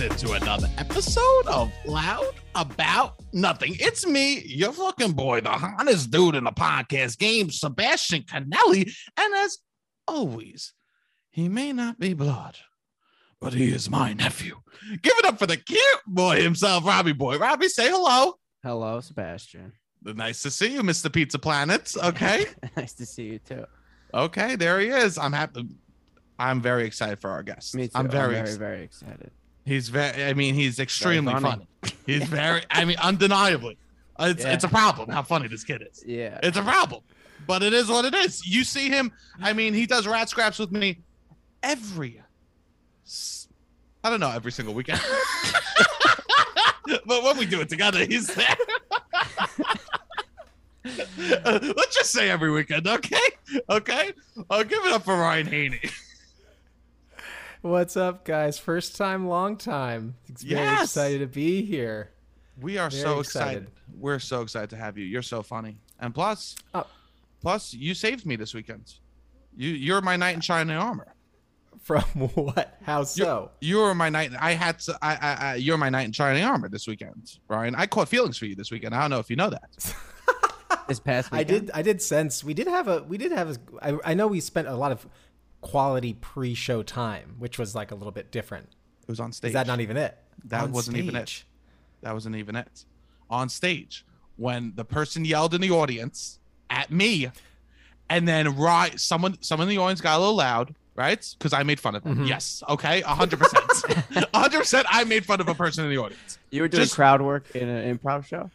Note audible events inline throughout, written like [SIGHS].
another episode of Loud About Nothing. It's me, your fucking boy, the hottest dude in the podcast game, Sebastian Canelli. And as always, he may not be blood, but he is my nephew. Give it up for the cute boy himself, Robbie Boy. Robbie, say hello. Hello, Sebastian. Nice to see you, Mr. Pizza Planet. Okay. [LAUGHS] nice to see you too. Okay, there he is. I'm happy. I'm very excited for our guest. Me too. I'm very, very, ex- very excited. he's very, I mean, he's extremely funny. funny. He's very, I mean, undeniably. Uh, It's, Yeah. it's a problem how funny this kid is. Yeah. It's a problem, but it is what it is. You see him, I mean, he does rat scraps with me every, s- I don't know, every single weekend. [LAUGHS] but when we do it together, he's there. [LAUGHS] Uh, let's just say every weekend, okay? Okay? I'll give it up for Ryan Haney. What's up, guys? First time, long time. It's very Yes. excited to be here. We are Very so excited. excited. We're so excited to have you. You're so funny. And plus, Oh. plus you saved me this weekend. You you're my knight in shining armor. From [LAUGHS] what? How so? You were my knight. I had to. I, I, I you're my knight in shining armor this weekend, Ryan. I caught feelings for you this weekend. I don't know if you know that. this past I did. I did sense we did have a. We did have a. I, I know we spent a lot of quality pre-show time, which was like a little bit different. It was on stage. Is that not even it? That On wasn't even it. stage. That wasn't even it. On stage, when the person yelled in the audience at me, and then right, someone, someone in the audience got a little loud, right? Because I made fun of them. Yes, okay, hundred percent, hundred percent. I made fun of a person in the audience. You were doing Just- crowd work in an improv show.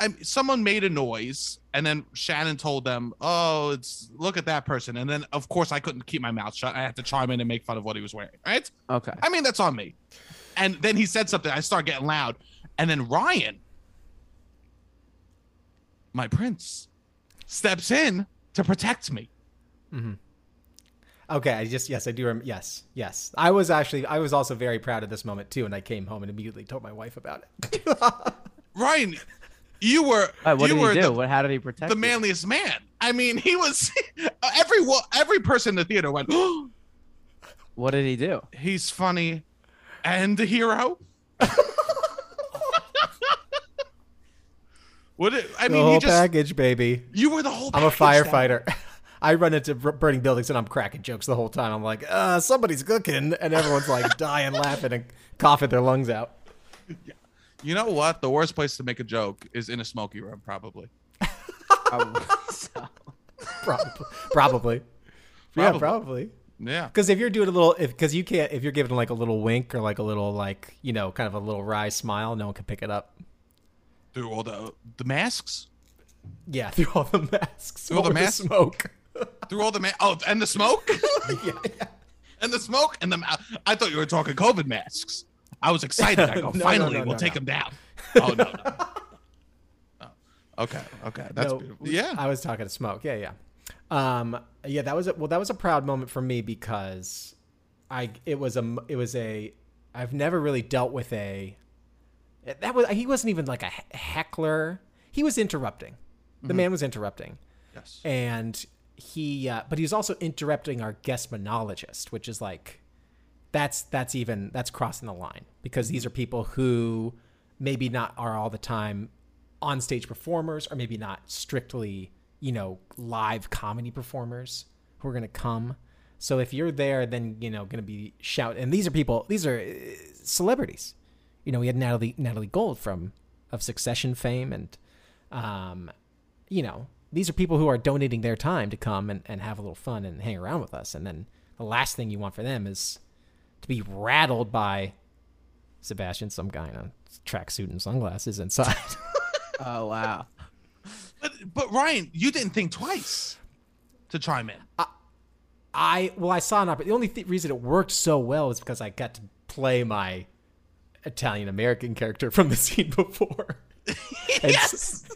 I someone made a noise, and then Shannon told them, "Oh, it's look at that person." And then, of course, I couldn't keep my mouth shut. I had to chime in and make fun of what he was wearing, right? Okay. I mean, that's on me. And then he said something. I start getting loud. And then Ryan, my prince, steps in to protect me. Okay. I just yes, I do. Rem- yes, yes. I was actually. I was also very proud of this moment too, and I came home and immediately told my wife about it. [LAUGHS] Ryan, you were All right, what you did were he do? the- what? How did he protect the you? manliest man. I mean, he was [LAUGHS] every wo- every person in the theater went, [GASPS] "Oh, What did he [LAUGHS] do? "He's funny and a hero." [LAUGHS] What it, I the mean, whole he just package, baby. you were the whole. [LAUGHS] I'm a package that- firefighter. I run into bur- burning buildings and I'm cracking jokes the whole time. I'm like, uh, somebody's cooking, and everyone's like [LAUGHS] dying, laughing, and coughing their lungs out. You know what? The worst place to make a joke is in a smoky room, probably. Probably Oh, so. Probably, probably. yeah, Probably. probably. Yeah. Because if you're doing a little, if because you can't, if you're giving like a little wink or like a little like you know, kind of a little wry smile, no one can pick it up. Through all the the masks, Yeah, [LAUGHS] through all the masks, Through all the over masks? [LAUGHS] smoke. through all the ma- oh, and the smoke, [LAUGHS] yeah, yeah. and the smoke, and the. Ma- I thought you were talking COVID masks. I was excited. [LAUGHS] I go, No, no, finally, no, no, we'll no. take them [LAUGHS] down. Oh no. no. Oh, okay. Okay. That's No, beautiful. yeah. I was talking to Smoke. Yeah, yeah. Um, yeah, that was a, well, that was a proud moment for me because I it was a it was a I've never really dealt with a that was he wasn't even like a he- heckler. He was interrupting. The Mm-hmm. man was interrupting, yes. and he uh, but he was also interrupting our guest monologist, which is like that's that's even that's crossing the line because these are people who maybe not are all the time on stage performers or maybe not strictly you know live comedy performers who are going to come so if you're there then you know going to be shout and these are people these are uh, celebrities you know we had natalie natalie gold from of succession fame and um you know, these are people who are donating their time to come and, and have a little fun and hang around with us. And then the last thing you want for them is to be rattled by Sebastian, some guy in a tracksuit and sunglasses inside. [LAUGHS] Oh wow. But but Ryan, you didn't think twice to chime in. I, well, I saw an opportunity. The only th- reason it worked so well is because I got to play my Italian American character from the scene before. [LAUGHS] And s- [LAUGHS]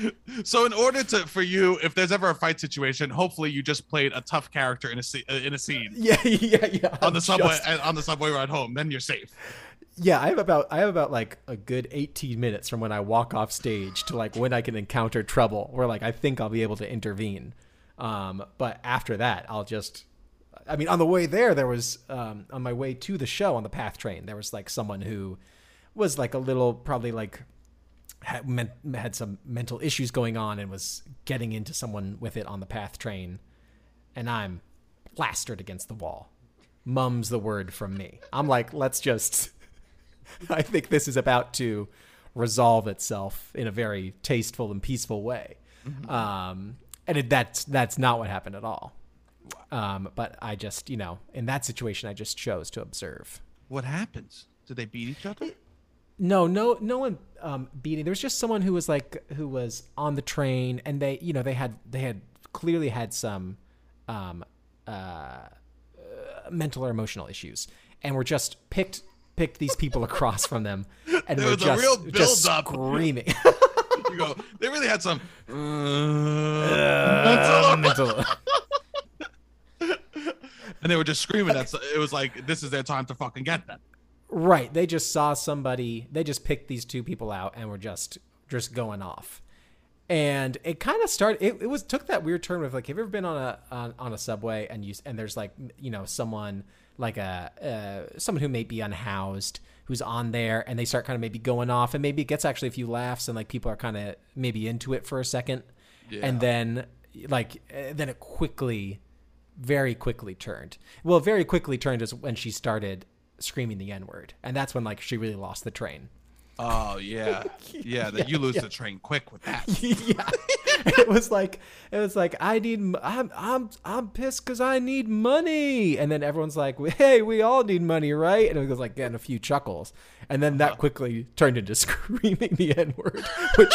yes. so in order to for you, if there's ever a fight situation, hopefully you just played a tough character in a se- uh, in a scene. Yeah, [LAUGHS] yeah, yeah. On the subway, Just- and on the subway ride home, then you're safe. Yeah, I have about I have about like a good 18 minutes from when I walk off stage to like when I can encounter trouble where like I think I'll be able to intervene. Um, but after that, I'll just I mean, on the way there, there was um, on my way to the show on the PATH train, there was like someone who was like a little probably like had, men- had some mental issues going on and was getting into someone with it on the PATH train, and I'm plastered against the wall. Mum's the word from me. I'm like, let's just. [LAUGHS] I think this is about to resolve itself in a very tasteful and peaceful way. Um, and it, that's that's not what happened at all. Um, but I just, you know, in that situation, I just chose to observe. What happens? Did they beat each other? No, no, no one um, beating. There was just someone who was like who was on the train, and they, you know, they had they had clearly had some um, uh, uh, mental or emotional issues, and were just picked picked these people across from them, and There were was a just, real just buildup. [LAUGHS] screaming. [LAUGHS] You go. They really had some. uh, Mental- and they were just screaming. That's it was like this is their time to fucking get them. Right. They just saw somebody. They just picked these two people out and were just just going off. And it kind of started. It, it was took that weird turn of like, have you ever been on a on, on a subway and you and there's like you know someone like a uh, someone who may be unhoused who's on there and they start kind of maybe going off and maybe it gets actually a few laughs and like people are kind of maybe into it for a second and then like uh, then it quickly very quickly turned. Well, very quickly turned is when she started screaming the N word, and that's when like she really lost the train. Oh [LAUGHS] yeah, yeah. That you lose the train quick with that. [LAUGHS] yeah, it was like it was like I need m- I'm I'm I'm pissed because I need money, and then everyone's like, hey, we all need money, right? And it was like getting a few chuckles, and then that quickly turned into [LAUGHS] screaming the N word, which.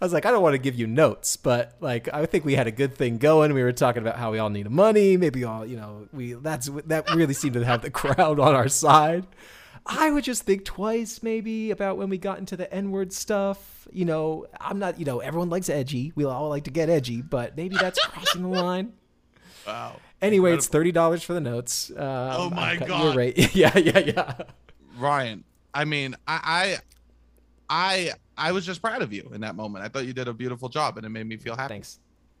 I was like, I don't want to give you notes, but like, I think we had a good thing going. We were talking about how we all need money. Maybe all, you know, we that's that really seemed to have the [LAUGHS] crowd on our side. I would just think twice, maybe, about when we got into the N word stuff. You know, I'm not, you know, everyone likes edgy. We all like to get edgy, but maybe that's crossing the [LAUGHS] line. Wow. Anyway, it's thirty dollars for the notes. Um, oh my You're God. right. [LAUGHS] yeah, yeah, yeah. Ryan, I mean, I, I, I, I was just proud of you in that moment. I thought you did a beautiful job, and it made me feel happy. Thanks,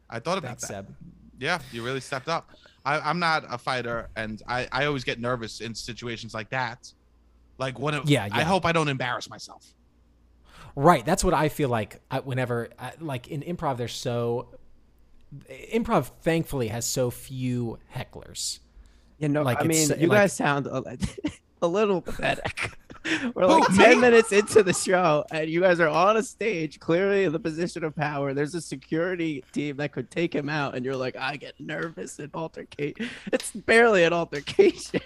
I thought about thanks, that. Seb. Yeah, you really stepped up. I, I'm not a fighter, and I, I always get nervous in situations like that. Like when it, Yeah, I yeah. hope I don't embarrass myself. Right. That's what I feel like I, whenever, I, like in improv, there's so. Improv, thankfully, has so few hecklers. You know, Like, I mean, it's- you like- guys sound a, [LAUGHS] a little pathetic. [LAUGHS] We're Who, like me? 10 [LAUGHS] minutes into the show, and you guys are on a stage, clearly in the position of power. There's a security team that could take him out, and you're like, I get nervous and altercate. [LAUGHS] It's barely an altercation.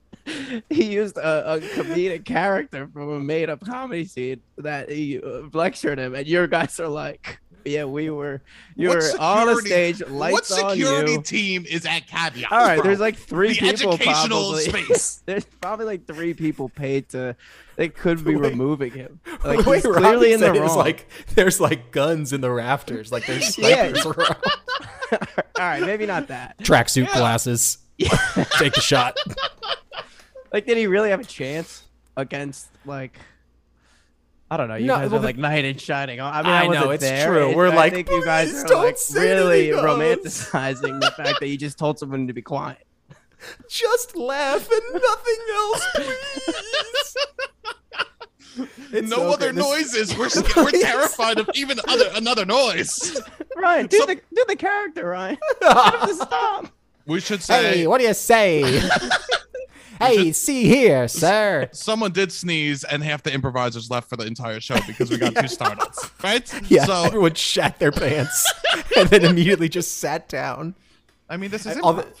[LAUGHS] he used a, a comedic character from a made up comedy scene that he uh, lectured him, and your guys are like, yeah, we were. You What were on a security- stage, lights what security on you. team is at caveat? All right, bro? there's like three the people educational probably. [LAUGHS] space. There's probably like three people paid to. They could be Wait. removing him. The Like way he's Robbie clearly in the said it was wrong. like there's like guns in the rafters, like there's Yeah. snipers around. All right, maybe not that. [LAUGHS] Tracksuit Yeah. glasses. Take the shot. Like, did he really have a chance against like? I don't know. You No, guys well, are the- like knight in shining. I mean, I I, wasn't know, it's there. true. We're I like, think you guys "Please are don't like say really anything, guys." romanticizing the fact that you just told someone to be quiet. Just laugh and nothing else, please. [LAUGHS] It's no okay. other This- noises. We're sca- [LAUGHS] we're terrified of even other another noise. Ryan, do Some- the do the character, Ryan. Stop. We should say Hey, what do you say? hey, see here, sir. someone did sneeze, and half the improvisers left for the entire show because we got [LAUGHS] too startled, right? Yeah, [LAUGHS] So everyone shat their pants [LAUGHS] and then immediately just sat down. I mean, this is all the- improv.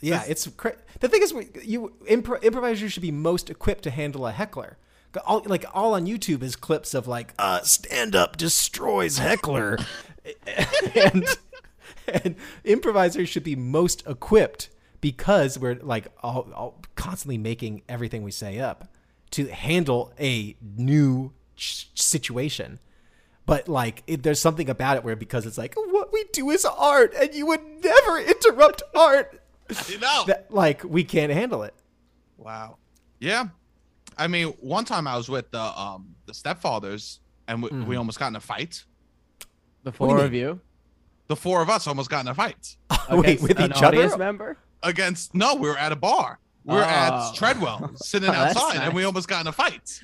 Yeah, it's cra- the thing is, we- you impro- improvisers should be most equipped to handle a heckler. All, like all on YouTube is clips of like uh, stand up destroys heckler, [LAUGHS] and, and improvisers should be most equipped because we're like all, all constantly making everything we say up to handle a new ch- situation but like it, there's something about it where because it's like what we do is art and you would never [LAUGHS] interrupt art you know. that like we can't handle it [LAUGHS] Wow. Yeah. I mean, one time I was with the Mm-hmm. um the stepfathers and we, we almost got in a fight. The What do you four of you. the four of us almost got in a fight Wait, Against with an each other? audience member? against. No, we were at a bar. We were Oh. [LAUGHS] at Treadwell sitting Oh, that's outside, and we nice. almost got in [LAUGHS] a fight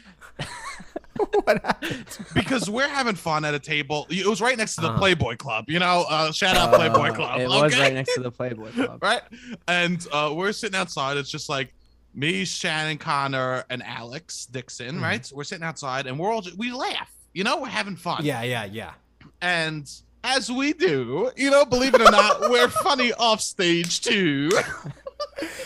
What happened? because we're having fun at a table. It was right next to the Uh-huh. Playboy Club, you know. Uh, shout out Uh, Playboy Club. It okay? was right next to the Playboy Club. right? And uh, we're sitting outside. It's just like me, Shannon Connor, and Alex Dixon, Mhm. right? We're sitting outside and we're all ju- we laugh, you know, we're having fun. Yeah, yeah, yeah. And as we do, you know, believe it or not, we're funny [LAUGHS] off stage too.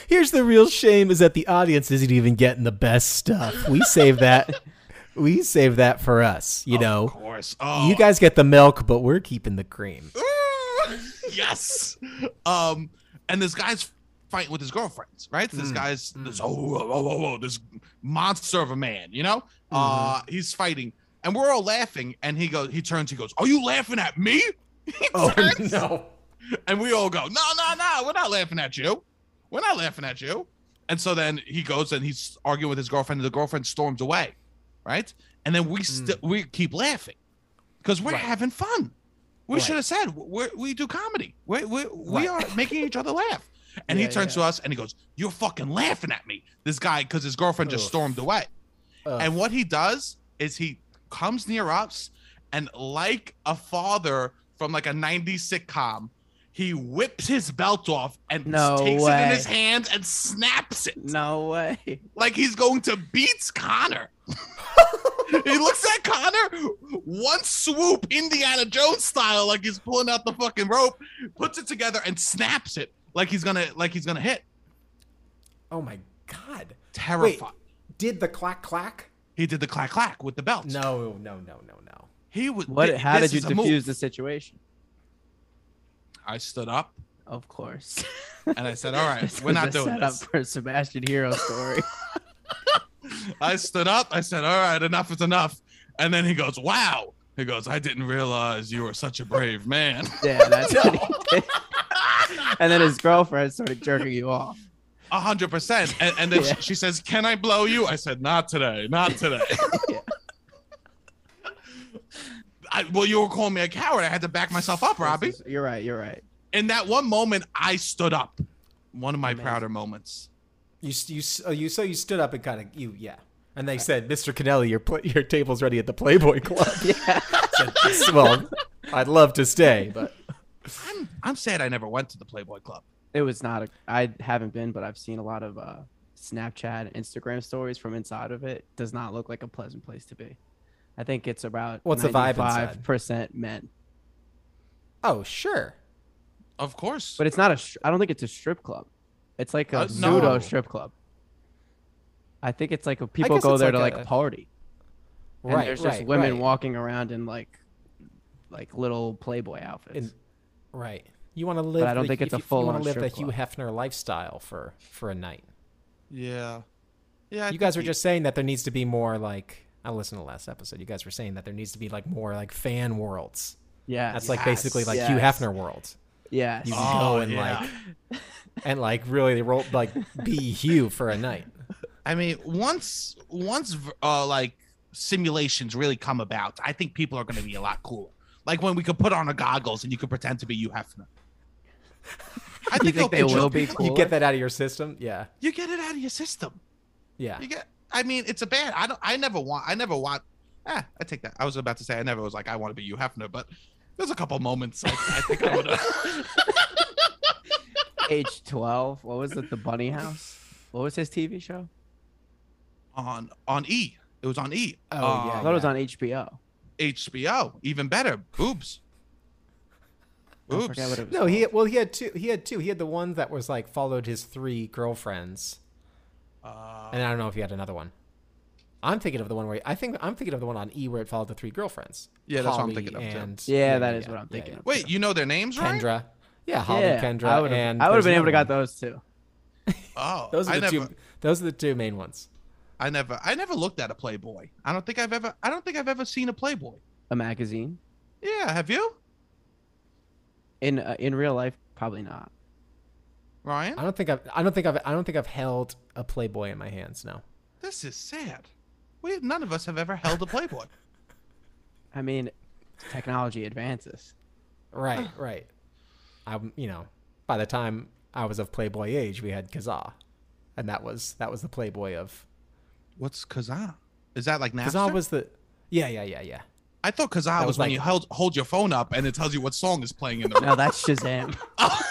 Here's the real shame is that the audience isn't even getting the best stuff. We save that. [LAUGHS] we save that for us, you know. of course. Oh, You guys get the milk, but we're keeping the cream. Ooh, [LAUGHS] yes. Um, and this guy's fighting with his girlfriends, right? This Mm, guy's this mm. oh, whoa, whoa, whoa, whoa, this monster of a man, you know? Uh, he's fighting, and we're all laughing, and he goes, he turns, he goes, "Are you laughing at me?" [LAUGHS] He turns, Oh, [LAUGHS] no. and we all go, "No, no, no, we're not laughing at you. We're not laughing at you." And so then he goes and he's arguing with his girlfriend, and the girlfriend storms away, right? And then we still we keep laughing because we're Hmm. Right. having fun. We Right. should have said we're, we do comedy. We we we Right. are making each other [LAUGHS] laugh. And Yeah, he turns yeah. to us and he goes, "You're fucking laughing at me." This guy, because his girlfriend just Oof. stormed away. Ugh. And what he does is he comes near us and like a father from like a 90s sitcom, he whips his belt off and No takes it in way. his hand and snaps it. [LAUGHS] No way. Like he's going to beats [LAUGHS] Connor. he looks at Connor, one swoop, Indiana Jones style, like he's pulling out the fucking rope, puts it together and snaps it like he's gonna like he's gonna hit. oh my god. Wait, Terrified. did the clack clack? He did the clack clack with the belt. No, no, no, no, no. He was What? thi- How this did you is a move. defuse the situation? I stood up Of course. and I said, "All right, [LAUGHS] This we're was not a doing setup this." for a Sebastian Hero [LAUGHS] story. I stood up. I said, "All right, enough is enough." And then he goes, "Wow." He goes, "I didn't realize you were such a brave man." yeah, that's what he [LAUGHS] did. And then his girlfriend started jerking you off. A hundred percent. And and then Yeah. she says, "Can I blow you?" I said, "Not today. Not [LAUGHS] today." Yeah. I, well, you were calling me a coward. I had to back myself up, Robbie. This is- You're right. You're right. In that one moment, I stood up. One of my Amazing. prouder moments. You s- you s- oh, you so you stood up and kind of you yeah. And they said, "Mr. Kennelly, your pla your table's ready at [LAUGHS] the Playboy Club." Yeah. well, I'd love to stay, [LAUGHS] but I'm I'm sad I never went to the Playboy Club. It was not. A, I haven't been, but I've seen a lot of uh, Snapchat, and Instagram stories from inside of it. Does not look like a pleasant place to be. I think it's about What's the vibe inside? percent men, oh sure. Of course. but it's not a. str- I don't think it's a strip club. It's like a Uh, no. pseudo strip club. I think it's like a, people guess go it's there like to like a- party, and right, there's just right, women right. walking around in like, like little Playboy outfits. In- Right. You want to live. I don't the- think it's if a you- You full-on want to live the strip Hugh Hefner lifestyle for for a night. yeah. Yeah. I you guys think were he- just saying that there needs to be more like. I listened to the last episode. You guys were saying that there needs to be like more like fan worlds. yeah, That's like basically like Yes. Hugh Hefner world. yeah. You can Oh, go and yeah. like and like really roll like be Hugh for a night. I mean, once once uh, like simulations really come about, I think people are going to be a lot cooler. Like when we could put on a goggles and you could pretend to be you Hefner. I you think they they'll will be. be cool? You get that out of your system. Yeah. You get it out of your system. Yeah. You get. I mean, it's a bad. I don't. I never want. I never want. Ah, I take that. I was about to say I never was like I want to be you Hefner, but there's a couple moments I, I think I would. age 12 what was it the bunny house what was his tv show [LAUGHS] on on E. It was on E. Oh, Uh, i yeah. thought it was on hbo HBO. Even better. Boobs. I Boobs. forget what it was No, he called. well he had two. He had two. He had the one that was like followed his three girlfriends, Uh, and I don't know if he had another one. I'm thinking of the one where I think I'm thinking of the one on E where it followed the three girlfriends. Yeah, that's what I'm Holly thinking of, too. and- Yeah, that is what I'm thinking of. Wait, you know their names, right? Kendra. Yeah, Holly, yeah, Kendra, i would have and i would have there's been able to another got those two Oh, one. Those are I the never, two. Those are the two main ones. I never, I never looked at a Playboy. I don't think I've ever, I don't think I've ever seen a Playboy. a magazine Yeah, have you, in uh, in real life probably not Ryan? I don't think I've. I don't think I've. I don't think I've held a Playboy in my hands. No. This is sad. We none of us have ever held a Playboy. i mean technology advances Right, right. I'm, you know, by the time I was of Playboy age, we had Kazaa, and that was that was the Playboy of What's Kazaa? Is that like Napster? Kazaa was the yeah, yeah, yeah, yeah. I thought Kazaa was, was when like- you hold, hold your phone up and it tells you what song is playing [LAUGHS] in the No, that's Shazam. [LAUGHS] I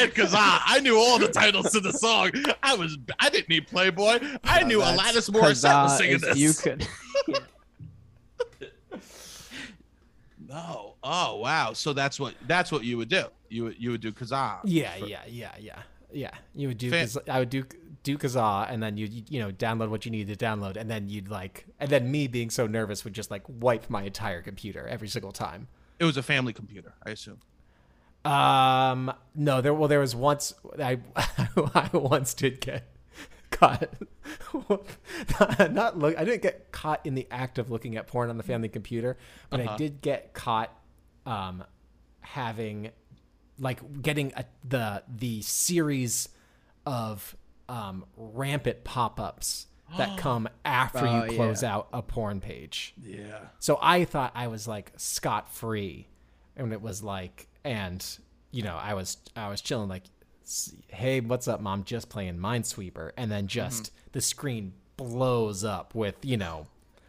had Kazaa. I knew all the titles to the song. I was I didn't need Playboy. I knew that's Alanis Morissette was singing Kazaa this. is- You could. No. Oh wow. So that's what that's what you would do. You would you would do Kazaa. Yeah, yeah, yeah, yeah, yeah. You would do. Fan- Kaz- I would do do Kazaa, and then you you know download what you needed to download, and then you'd like, and then me being so nervous would just like wipe my entire computer every single time. It was a family computer, I assume. Um, no, there. Well, there was once I [LAUGHS] I once did get caught. [LAUGHS] not look. I didn't get caught in the act of looking at porn on the family computer, but I did get caught, um, having, like, getting a, the the series of um rampant pop ups that come after Oh, you close out a porn page. Yeah. So I thought I was like scot free, and it was like, and you know, I was I was chilling like, s- hey, what's up, mom? Just playing Minesweeper, and then just Mm-hmm. the screen blows up with you know,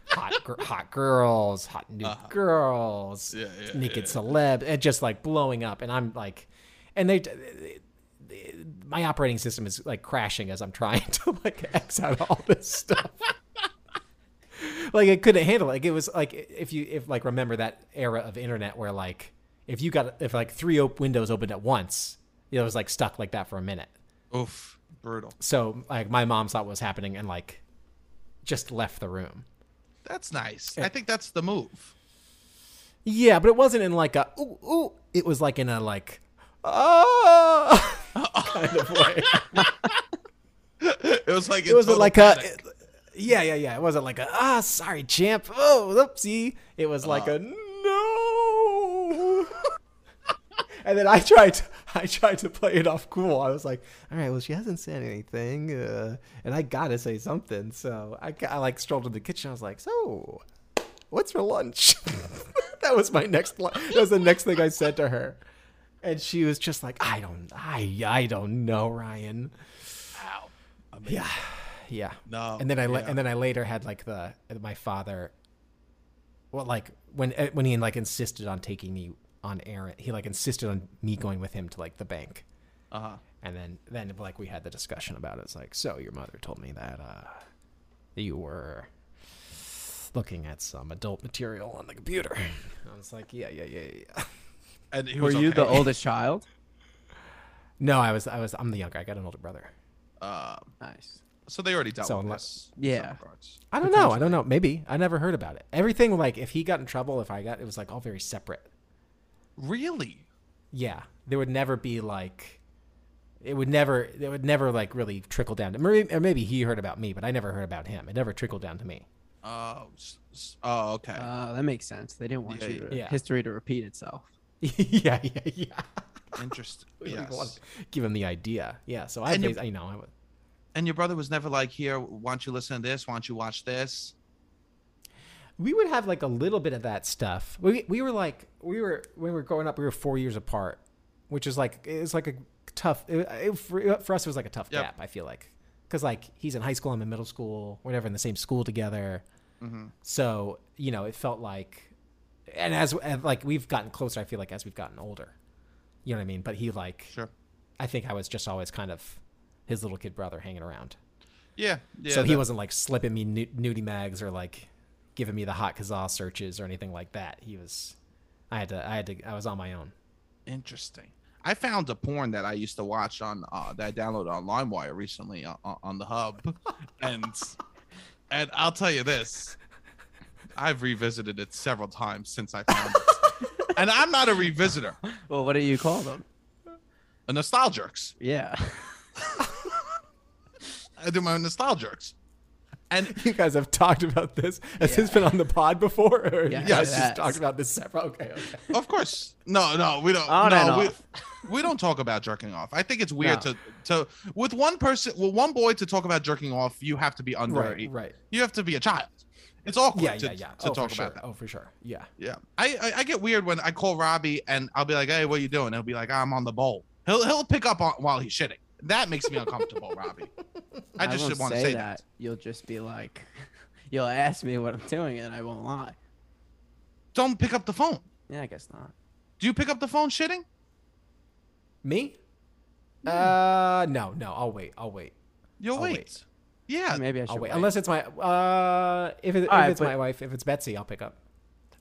hot gir- [LAUGHS] hot girls, hot new girls, Uh-huh. Yeah, yeah, naked celeb, and just like blowing up, and I'm like, and they. my operating system is like crashing as I'm trying [LAUGHS] to like X out all this stuff like it couldn't handle it. like it was like if you if like remember that era of internet where like if you got if like three op- windows opened at once it was like stuck like that for a minute Oof. Brutal. so like my mom saw what was happening and like just left the room That's nice. I think that's the move. yeah but it wasn't in like a ooh ooh it was like in a like oh [LAUGHS] kind of way [LAUGHS] It was like it wasn't like a yeah yeah yeah it wasn't like a ah sorry champ oh oopsie it was like a no [LAUGHS] and then i tried to, i tried to play it off cool i was like all right well she hasn't said anything uh, and i gotta say something so I, ca- I like strolled in the kitchen i was like so what's for lunch [LAUGHS] that was my next li- that was the next thing i said to her and she was just like i don't i i don't know ryan Wow. yeah, yeah. No, And then I la- yeah. and then I later had like the my father. Well, like when eh, when he like insisted on taking me on errand, he like insisted on me going with him to like the bank, Uh huh. and then then like we had the discussion about it. It's like, so your mother told me that uh, you were looking at some adult material on the computer. I was like, yeah, yeah, yeah, yeah. [LAUGHS] And [LAUGHS] he Were was you the okay. oldest [LAUGHS] child? No, I was I was I'm the younger. I got an older brother. Uh, Nice. so they already dealt So with unless- this. Yeah. Regards. I don't know. I don't know. Maybe I never heard about it. Everything like if he got in trouble, if I got, it was like all very separate. Really? Yeah, there would never be like, it would never, it would never like really trickle down. To, maybe, or maybe he heard about me, but I never heard about him. It never trickled down to me. [LAUGHS] Oh. s- s- Oh. Okay. Uh, [LAUGHS] that makes sense. They didn't want Yeah, you to, yeah. history to repeat itself. yeah, yeah, [LAUGHS] yeah. Interesting. We don't even wanna yes. Give him the idea. Yeah. So I, And you- bas- I- you know, I would. And your brother was never like, here, why don't you listen to this? Why don't you watch this? we would have like a little bit of that stuff. We we were like we were when we were growing up, we were four years apart, which is like it's like a tough it, it- for, for us. It was like a tough Yep. gap. I feel like because like he's in high school, I'm in middle school, whatever, in the same school together. Mm-hmm. So you know, it felt like, and as and, like we've gotten closer, I feel like as we've gotten older, you know what I mean. But he like, Sure. I think I was just always kind of his little kid brother hanging around Yeah. yeah so he that- wasn't like slipping me nu- nudie mags or like giving me the hot kazaa searches or anything like that. He was, I had to, I had to, I was on my own. Interesting. I found a porn that I used to watch on uh, that I downloaded on LimeWire recently on, on the Hub, and [LAUGHS] and I'll tell you this, I've revisited it several times since I found [LAUGHS] it, and I'm not a revisitor, Well, what do you call them? a nostalgics. Yeah. I do my own nostalgics, and [LAUGHS] You guys have talked about this. Has this been on the pod before? Or Yeah, you guys it just has. talked about this separate. [LAUGHS] Okay, okay. of course, no, no, we don't. On no, and we, off. we don't talk about jerking off. I think it's weird No. to to with one person, with one boy to talk about jerking off. You have to be under Right, right. You have to be a child. It's awkward yeah, to, yeah, yeah. to oh, talk for about sure. that. Oh, for sure. Yeah. Yeah, I, I I get weird when I call Robbie and I'll be like, "Hey, what you doing?" He'll be like, "I'm on the bowl." He'll he'll pick up on while he's shitting. That makes me [LAUGHS] uncomfortable, Robbie. [LAUGHS] I just won't didn't want to say that. You'll just be like, [LAUGHS] you'll ask me what I'm doing, and I won't lie. Don't pick up the phone. Yeah, I guess not. Do you pick up the phone shitting? Me? Uh, no, no. I'll wait. I'll wait. You'll I'll Hmm. wait. Oh, wait. Yeah, Maybe I should. I'll Oh, wait. wait. Unless it's my uh, if, it, if right, it's but- my wife, if it's Betsy, I'll pick up.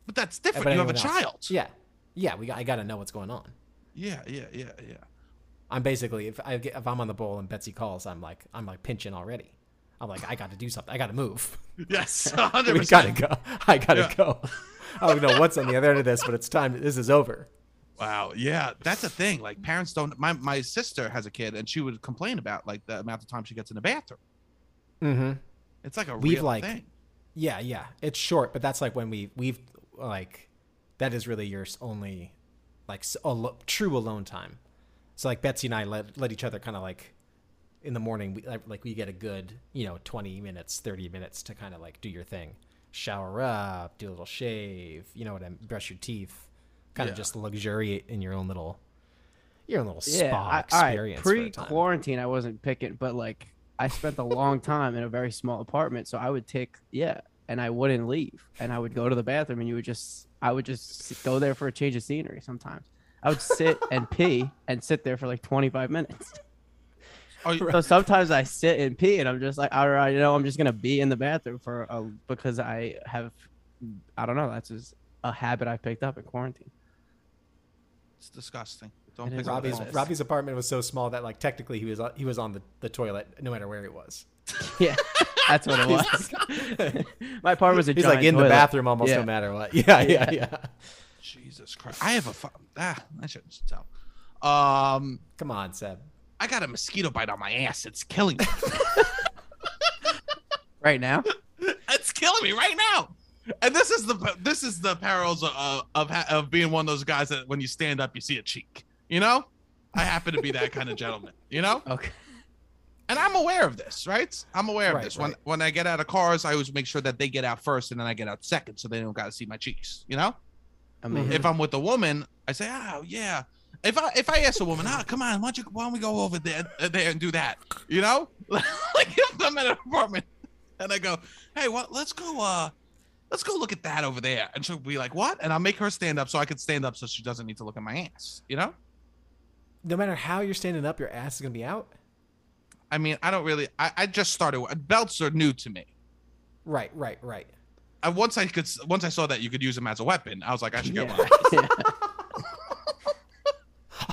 but that's But different. you have a anyone else- child. Yeah, yeah. We got, I got to know what's going on. yeah, yeah, yeah, yeah. [LAUGHS] I'm basically if I get, if I'm on the bowl and Betsy calls, I'm like I'm like pinching already. I'm like I got to do something. I got to move. Yes, hundred [LAUGHS] We gotta percent. go. I gotta Yeah. go. [LAUGHS] I don't know what's on the other end of this, but it's time. This is over. Wow. Yeah, that's a thing. Like parents don't. My my sister has a kid, and she would complain about like the amount of time she gets in the bathroom. Mm-hmm. It's like a We've, real like- thing. Yeah, yeah. It's short, but that's like when we we've like that is really your s- only like s- al- true alone time. So like Betsy and I let let each other kind of like in the morning we like- like we get a good you know twenty minutes, thirty minutes to kind of like do your thing, shower up, do a little shave, you know what I mean, brush your teeth, kind of Yeah. just luxuriate in your own little your own little Yeah, spa I, all right. experience. for a Pre time. quarantine, I wasn't picking, but like I spent a long time in a very small apartment, so I would take yeah, and I wouldn't leave, and I would go to the bathroom, and you would just, I would just s- go there for a change of scenery. Sometimes I would sit and pee and sit there for like 25 [LAUGHS] minutes. Are you, So sometimes I sit and pee, and I'm just like, all right, you know, I'm just gonna be in the bathroom for a, because I have, I don't know, that's just a habit I picked up in quarantine. it's disgusting. Don't It pick is up the Robbie's Yes. phone. Robbie's apartment was so small that like technically he was he was on the, the toilet no matter where he was. Yeah, [LAUGHS] that's [LAUGHS] what it was. [LAUGHS] My part was a He's giant like in the toilet. bathroom almost Yeah. no matter what. [LAUGHS] Yeah, yeah, yeah. Jesus Christ. I have a fu- ah, I shouldn't tell. Um, Come on, Seb. I got a mosquito bite on my ass. It's killing me. right now. it's killing me right now. And this is the this is the perils of of, ha- of being one of those guys that when you stand up you see a cheek. You know, I happen to be that kind of gentleman. You know, Okay. and I'm aware of this, right? I'm aware of Right, this. right. When when I get out of cars, I always make sure that they get out first, and then I get out second, so they don't got to see my cheeks. You know. I mean, [LAUGHS] if I'm with a woman, I say, "Oh yeah." If I if I ask a woman, "Ah, come on, why don't you why don't we go over there uh, there and do that?" You know, [LAUGHS] like if I'm at an apartment and I go, "Hey, what? Let's go. uh Let's go look at that over there," and she'll be like, "What?" And I'll make her stand up so I can stand up so she doesn't need to look at my ass. You know? No matter how you're standing up, your ass is gonna be out. I mean, I don't really. I, I just started. Belts are new to me. Right, right, right. I, once I could, s- once I saw that you could use them as a weapon, I was like, [LAUGHS] I should get one. yeah.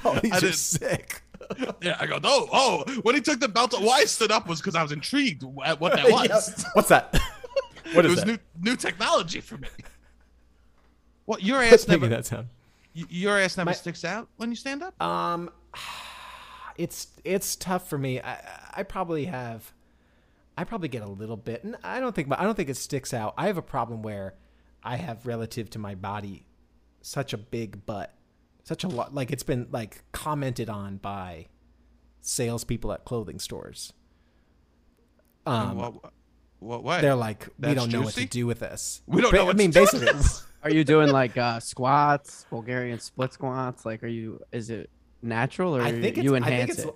Oh, these I are didn't- sick. Yeah, I go, no, oh, when he took the belt, why I stood up was because I was intrigued at what [LAUGHS] that [LAUGHS] was. What's that? [LAUGHS] What it is was that? new new technology [LAUGHS] for me. What your What's ass making never that sound? y- your ass never My- sticks out when you stand up. Um, [SIGHS] it's it's tough for me. I I probably have, I probably get a little bit, and I don't think my- I don't think it sticks out. I have a problem where I have relative to my body such a big butt, such a lot. Like it's been like commented on by salespeople at clothing stores. Um, Oh, what, what what? they're like, we That's don't know what to juicy? do with this. We don't Ba- know what I mean, to do with basically, this. Are you doing like uh, squats, Bulgarian split squats? Like, are you? Is it natural or I you- think it's, you I think enhance it's, it?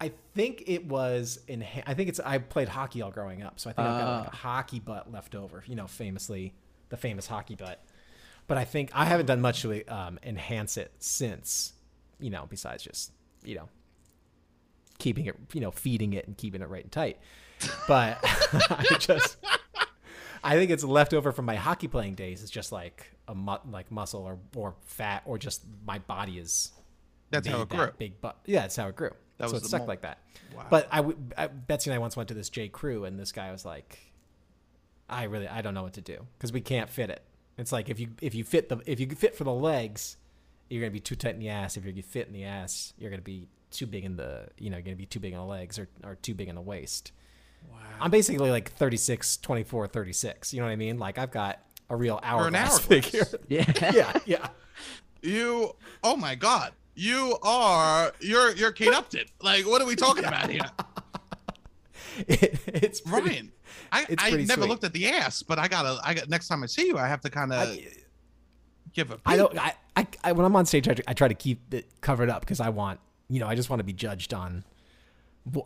I think it was enha- I think it's. I played hockey all growing up, so I think I've got Ah. like a hockey butt left over. You know, famously the famous hockey butt. But I think I haven't done much to um, enhance it since. You know, besides just you know keeping it, you know, feeding it and keeping it right and tight. But [LAUGHS] I just, I think it's left over from my hockey playing days. It's just like a mu- like muscle or or fat or just my body is That's how made it that grew. Big butt. Yeah, that's how it grew. That so was it the stuck mold. like that. Wow. But I, w- I- Betsy and I once went to this J Crew, and this guy was like, "I really, I don't know what to do because we can't fit it. It's like if you if you fit the if you fit for the legs, you're gonna be too tight in the ass. If you fit in the ass, you're gonna be too big in the you know you're gonna be too big in the legs or or too big in the waist. Wow. I'm basically like 36, 24, 36. You know what I mean? Like I've got a real an hourglass hourglass. figure. [LAUGHS] [LAUGHS] Yeah. yeah, yeah. [LAUGHS] You oh my god, [LAUGHS] you are you're you're Kate Upton. Like what are we talking about here? It, it's pretty, Ryan, I, it's I pretty never sweet. looked at the ass, but I gotta. I got next time I see you, I have to kind of I- give a. I peek. don't. I, I, I when I'm on stage, I, tr- I try to keep it covered up because I want you know I just want to be judged on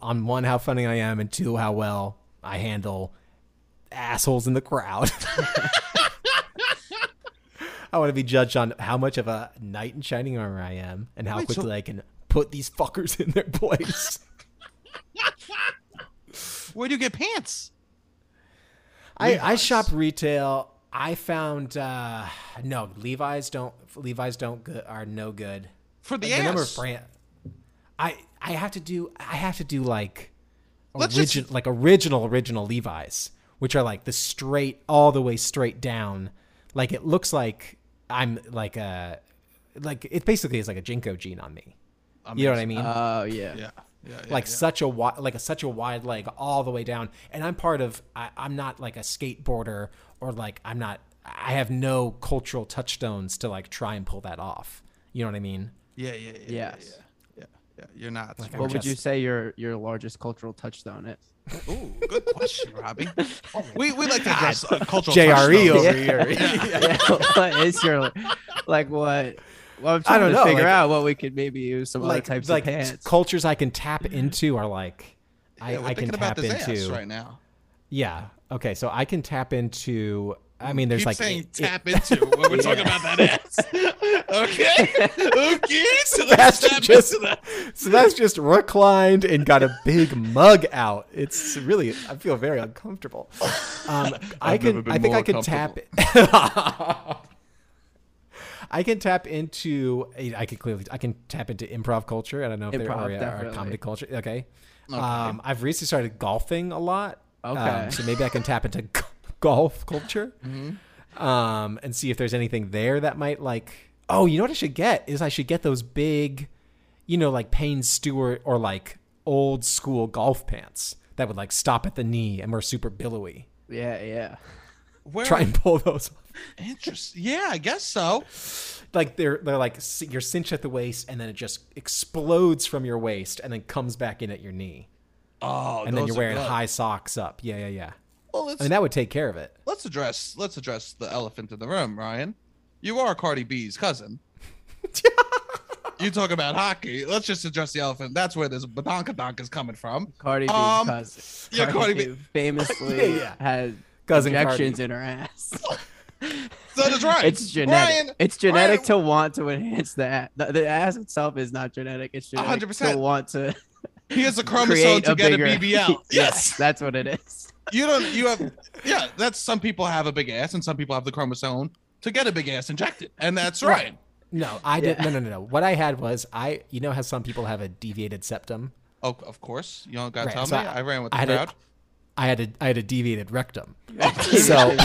on one how funny I am and two how well I handle assholes in the crowd. [LAUGHS] I want to be judged on how much of a knight in shining armor I am and how Wait, so- quickly I can put these fuckers in [LAUGHS] their place. Where do you get pants? I, I Levi's. shop retail. I found uh, no Levi's don't Levi's don't good, are no good. For the the number of ass. brand. I I have to do I have to do like Let's origin, just- like original original Levi's, which are like the straight all the way straight down. Like it looks like I'm like a like it basically is like a Jinko jean on me. You know what I mean? Oh yeah. Yeah. yeah, Uh, yeah, like yeah. such a wide like a, such a wide leg all the way down and i'm part of I, i'm not like a skateboarder or like i'm not i have no cultural touchstones to like try and pull that off you know what i mean Yeah, yeah, yeah. Yes. Yeah, yeah, yeah. You're not. Like, I'm What would you just- say your your largest cultural touchstone [LAUGHS] is? [LAUGHS] Ooh, good question, Robbie. Oh we we like to ask uh, cultural JRE touchstones. E Yeah. over [LAUGHS] here Yeah, what is your like what? Well, I'm trying don't to know, figure like- out what we could maybe use some like other types like of pants. cultures i can tap into are like i, Yeah, we're I can thinking about tap this ass into right now. yeah okay so i can tap into i mean there's Keep like saying it- it- [LAUGHS] tap into when we're talking about that ass. [LAUGHS] [LAUGHS] okay, okay. So let's Sebastian tap just, into that. [LAUGHS] Sebastian just reclined and got a big mug out. It's really, I feel very uncomfortable. Um, [LAUGHS] I I've never can, been I think more I could tap. [LAUGHS] I can tap into. I can clearly. I can tap into improv culture. I don't know if there Improv, are, are definitely. comedy culture. Okay. Um, I've recently started golfing a lot. um, Okay. so maybe I can tap into [LAUGHS] g- golf culture Mm-hmm. um, and see if there's anything there that might like. Oh, you know what I should get is I should get those big, you know, like Payne Stewart or like old school golf pants that would like stop at the knee and were super billowy. Yeah, yeah. Where Try and pull those. off. interest? Yeah, I guess so. Like they're they're like s- you're cinched at the waist and then it just explodes from your waist and then comes back in at your knee Oh, and then those you're are wearing good. high socks up. Yeah, yeah, yeah. Well, let's I mean that would take care of it. let's address let's address the elephant in the room, Ryan. You are Cardi B's cousin. you talk about hockey. Let's just address the elephant. That's where this badonka donk is coming from. Cardi B's Um, cousin. yeah, Cardi B- famously [LAUGHS] Yeah, yeah. had Cousin injections Cardi. in her ass. That is right. It's genetic. Ryan, it's genetic Ryan- to want to enhance that. The, the ass itself is not genetic. It's genetic 100%. to want to he has a chromosome create to a get bigger. [LAUGHS] a BBL. yes. that's what it is. You don't you have yeah, that's some people have a big ass and some people have the chromosome to get a big ass injected. And that's right. No, I Yeah. didn't. No, no, no, no. What I had was I. You know how some people have a deviated septum. Oh, of course. You don't gotta Right, tell so me. I, ran with the I had crowd. A, I had a I had a deviated rectum. [LAUGHS] so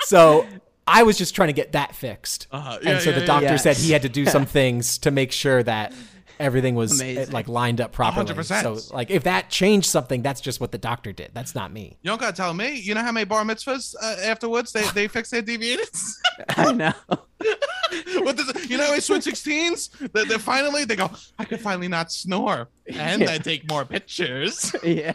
so I was just trying to get that fixed. Uh-huh. Yeah, and so yeah, the yeah, doctor yeah. said he had to do some things to make sure that everything was eh, Amazing. like lined up properly. 100%. So like if that changed something, that's just what the doctor did. That's not me. You don't gotta tell me. You know how many bar mitzvahs uh, afterwards they, they fix their deviated? [LAUGHS] I know. [LAUGHS] [LAUGHS] What does you know how I switch 16s? They, they finally they go, I could finally not snore. And Yeah. I take more pictures. [LAUGHS] Yeah.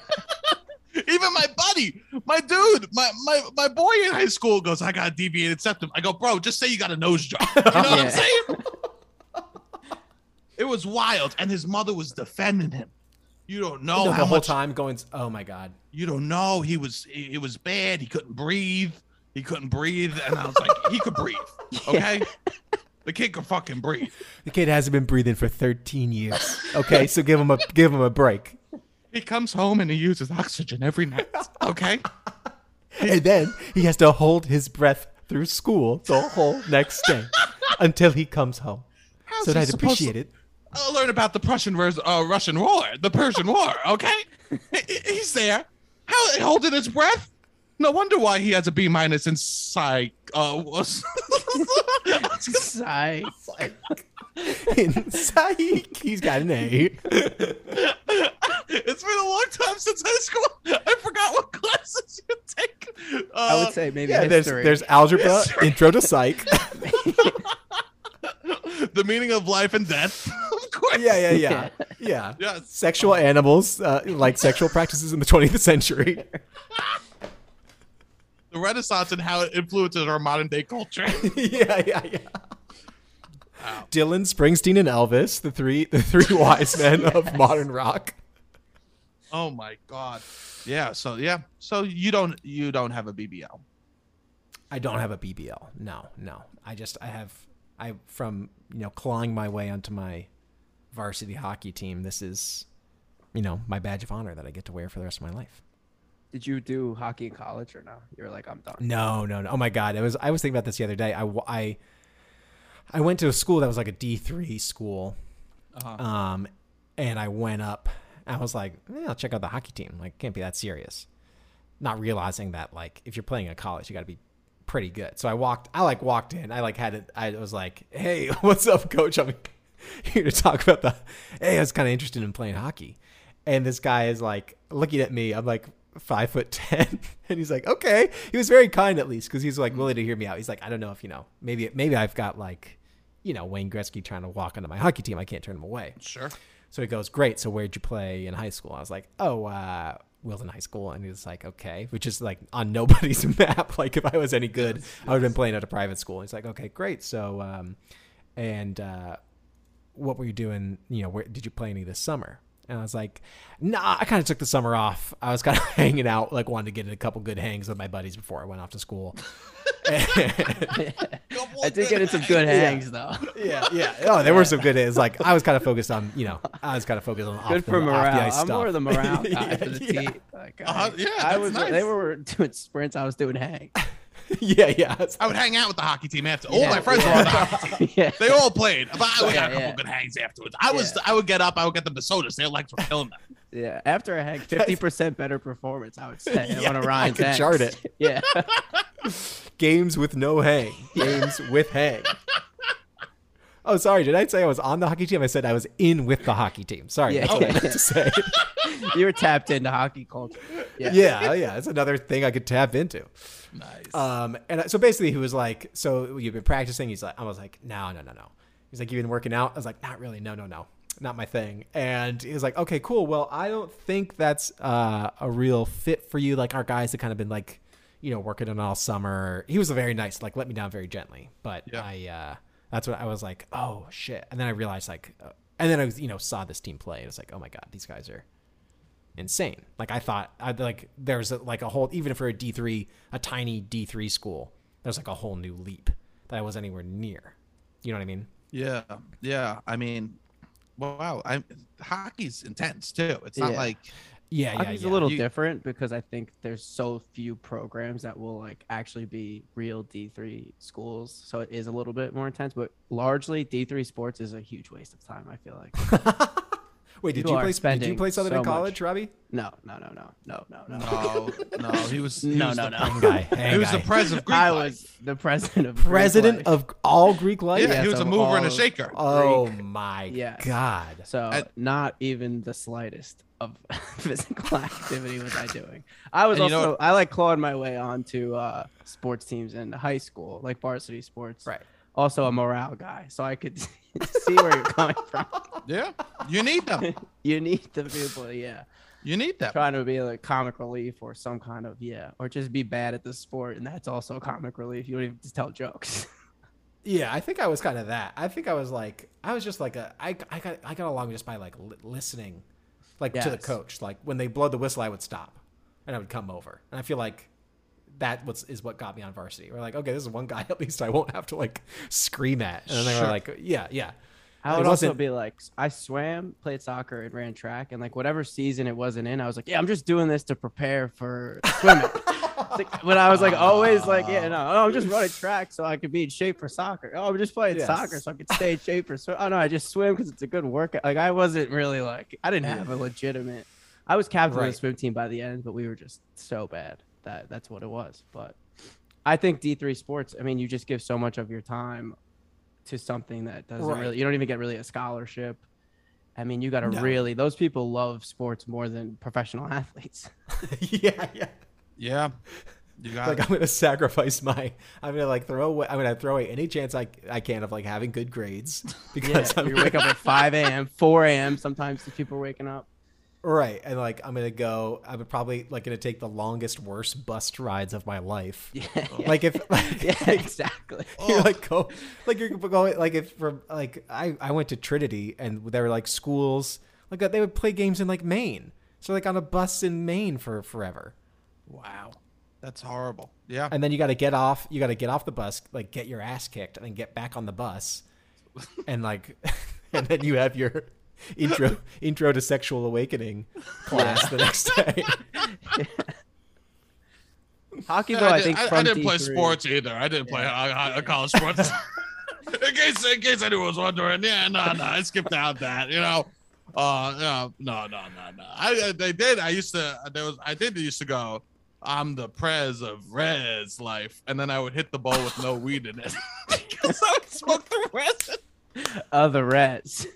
Even my buddy, my dude, my, my my boy in high school goes, I got a deviated septum. I go, bro, just say you got a nose job. [LAUGHS] You know what I'm Yeah. saying? [LAUGHS] it was wild. And his mother was defending him. You don't know the how whole much time going. Oh my god. you don't know. He was it was bad. He couldn't breathe. He couldn't breathe. And I was like, he could breathe. Okay. The kid could fucking breathe. The kid hasn't been breathing for 13 years. Okay, so give him a give him a break. He comes home and he uses oxygen every [LAUGHS] night. Okay. and then he has to hold his breath through school the whole next day until he comes home. How's So he that I'd supposed appreciate to- it. I'll learn about the Prussian vers- uh, Russian War, the Persian War. Okay. He- he- He's there. How holding his breath? No wonder why he has a B minus in psych. Uh, was- [LAUGHS] Sigh. [LAUGHS] In psych, he's got [LAUGHS] an A. it's been a long time since high school. I forgot what classes you take. Uh, I would say maybe Yeah, there's history. there's algebra, intro [LAUGHS] to psych. the meaning of life and death. [LAUGHS] of course. yeah, yeah, yeah, yeah, Yeah. Yes. Sexual animals, uh, like sexual practices in the 20th century. The Renaissance and how it influences our modern day culture. [LAUGHS] yeah, yeah, yeah. Dylan, Springsteen, and Elvis, the three the three wise men [LAUGHS] of modern rock. oh my god. Yeah. So yeah. So you don't you don't have a BBL. I don't have a BBL. No, no. I just I have I from you know clawing my way onto my varsity hockey team. This is you know my badge of honor that I get to wear for the rest of my life. Did you do hockey in college or no? You were like, I'm done. No, no, no. Oh my god, I was I was thinking about this the other day. I w- I I went to a school that was like a D three school, Uh-huh. um, and I went up. I was like, eh, I'll check out the hockey team. Like, can't be that serious. Not realizing that like if you're playing in college, you got to be pretty good. So I walked. I like walked in. I like had it. I was like, Hey, [LAUGHS] what's up, coach? I'm [LAUGHS] here to talk about the. [LAUGHS] Hey, I was kind of interested in playing hockey, and this guy is like looking at me. I'm like five foot ten, [LAUGHS] and he's like, Okay. He was very kind at least because he's like willing to hear me out. He's like, I don't know if you know. Maybe maybe I've got like. You know, Wayne Gretzky trying to walk onto my hockey team. I can't turn him away. Sure. So he goes, Great. So where'd you play in high school? I was like, Oh, uh, Wilton High School. And he was like, Okay, which is like on [LAUGHS] nobody's map. Like if I was any good, I would have been playing at a private school. He's like, Okay, great. So, um, and, uh, what were you doing? You know, where did you play any this summer? And I was like, nah, I kind of took the summer off. I was kind of [LAUGHS] hanging out, like wanted to get in a couple good hangs with my buddies before I went off to school. [LAUGHS] I did get in [LAUGHS] some good hangs though. [LAUGHS] yeah, yeah. Oh, there were some good hits. Like I was kind of focused on, you know, I was kind of focused on off Good the, for Off the morale. ice I'm stuff. more the morale guy [LAUGHS] Yeah, for the yeah. team. Like, Uh-huh, I- yeah, I that's was. nice. They were doing sprints. I was doing hang. yeah, [LAUGHS] yeah. It's- I would hang out with the hockey team after. Yeah, all my friends [LAUGHS] were on the hockey team. yeah. They all played, but I would Yeah, have a couple yeah. good hangs afterwards. I was, I would get up, I would get them the sodas. Their legs were killing them. Yeah, after I [LAUGHS] had fifty percent better performance, I would say Yeah, on I a Ryan. could chart it. [LAUGHS] Yeah, Games with [LAUGHS] no hang. Games with hang. Oh, sorry. Did I say I was on the hockey team? I said I was in with the hockey team. Sorry. Yeah, Oh, that's what I yeah, meant yeah. to say. [LAUGHS] you were tapped into hockey culture. Yeah, [LAUGHS] yeah, oh, yeah. It's another thing I could tap into. Nice. Uh, Um, and I- so basically, he was like, "So you've been practicing?" He's like, "I was like, no, no, no, no." He's like, "You've been working out?" I was like, "Not really. No, no, no, not my thing." And he was like, "Okay, cool. Well, I don't think that's uh, a real fit for you. Like our guys have kind of been like, you know, working on all summer. He was very nice, like let me down very gently, but Yeah. I uh, that's what I was like, oh shit. And then I realized like, uh, and then I was you know saw this team play. And I was like, oh my god, these guys are insane. Like I thought, I like there's a, like a whole even for a D three, a tiny D three school, there's like a whole new leap that I was anywhere near. You know what I mean? Yeah, yeah. I mean, wow. I hockey's intense too. It's not Yeah. like Yeah, yeah, hockey's yeah. a little You- different because I think there's so few programs that will like actually be real D three schools, so it is a little bit more intense. But largely, D three sports is a huge waste of time. I feel like Wait, did people you are play? Did you spending play something so in college, much. Robbie? no, no, no, no, no, no, no. [LAUGHS] no, no. He was he No, was no, the- no. Hang guy, hang He was guy. the president of Greek I life. was the president of Greek president life. of all Greek life. Yeah, yes, he was a of mover and a all- shaker. Oh my Yes. god. So And- not even the slightest of [LAUGHS] [LAUGHS] physical activity was I doing. I was And you also know I like clawed my way onto uh, sports teams in high school, like varsity sports. Right. Also a morale guy, so I could [LAUGHS] see where you're coming [LAUGHS] from. yeah, you need them. You need the people, yeah, You need them. trying to be like comic relief or some kind of yeah, or just be bad at the sport, and that's also comic relief. You don't even just tell jokes. Yeah, I think I was kind of that. I think I was like, I was just like a, I, I got, I got along just by like li- listening, like to the Yes. coach. Like when they blow the whistle, I would stop, and I would come over. And I feel like that was is what got me on varsity. We're like, okay, this is one guy [LAUGHS] at least I won't have to like scream at. And then they were Sure. like, yeah, [LAUGHS] yeah, [LAUGHS] I It would also wasn't- be like, s- I swam, played soccer, and ran track, and like whatever season it wasn't in, I was like, yeah, I'm just doing this to prepare for [LAUGHS] swimming. It's like, when I was like always like, yeah, no, oh, I'm just [LAUGHS] running track so I could be in shape for soccer. Oh, I'm just playing Yes. soccer so I could stay in shape for swim. Oh no, I just swim because it's a good workout. Like I wasn't really like, I didn't have a legitimate. I was captain of Right. the swim team by the end, but we were just so bad that that's what it was. But I think D three sports. I mean, you just give so much of your time to something that doesn't Right. really you don't even get really a scholarship i mean you got to No. really those [LAUGHS] [LAUGHS] people love sports more than professional athletes yeah, yeah. Yeah, You Uh, got like I'm gonna sacrifice my I'm gonna like throw away I'm gonna throw away any chance I I can of like having good [LAUGHS] grades Yeah, because I'm you wake up at 5 a.m., 4 a.m. Sometimes the people are waking up. right and like I'm gonna go I would probably like gonna take the longest worst bus rides of my life [LAUGHS] Yeah, like if [LAUGHS] like, yeah, Oh. exactly. oh, you like go like you're going like if from like I I went to Trinity and there were like schools like they would play games in like Maine so like on a bus in Maine for forever wow. That's horrible. Yeah. and then you got to get off you got to get off the bus like get your ass kicked and then get back on the [LAUGHS] bus and like [LAUGHS] and then you have your intro intro to sexual awakening class the next day [LAUGHS] Hockey Yeah, though, I, did- think I, from didn't E play D3 sports either. I didn't play uh, uh, college [LAUGHS] sports. [LAUGHS] in case in case anyone was wondering, yeah, no, no, I skipped out that. You know, uh, no, no, no, no, no. I I- they did. I used to. There was. I did used to go. I'm the prez of res life, and then I would hit the ball with no weed in it [LAUGHS] because I would smoke the resin. of the Reds.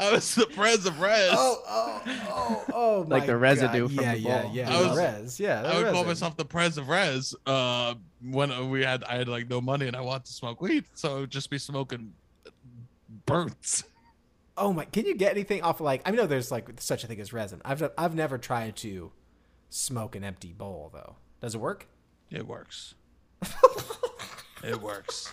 I was the prez of res. [LAUGHS] oh oh oh Like the residue from yeah the yeah ball. yeah I was- res yeah the I would call resin. myself the prez of res. Uh, when we had, I had like no money and I wanted to smoke weed, so I would just be smoking burns. oh my can you get anything off like I know there's like such a thing as resin I've I've never tried to smoke an empty bowl though does it work It [LAUGHS] works. it works.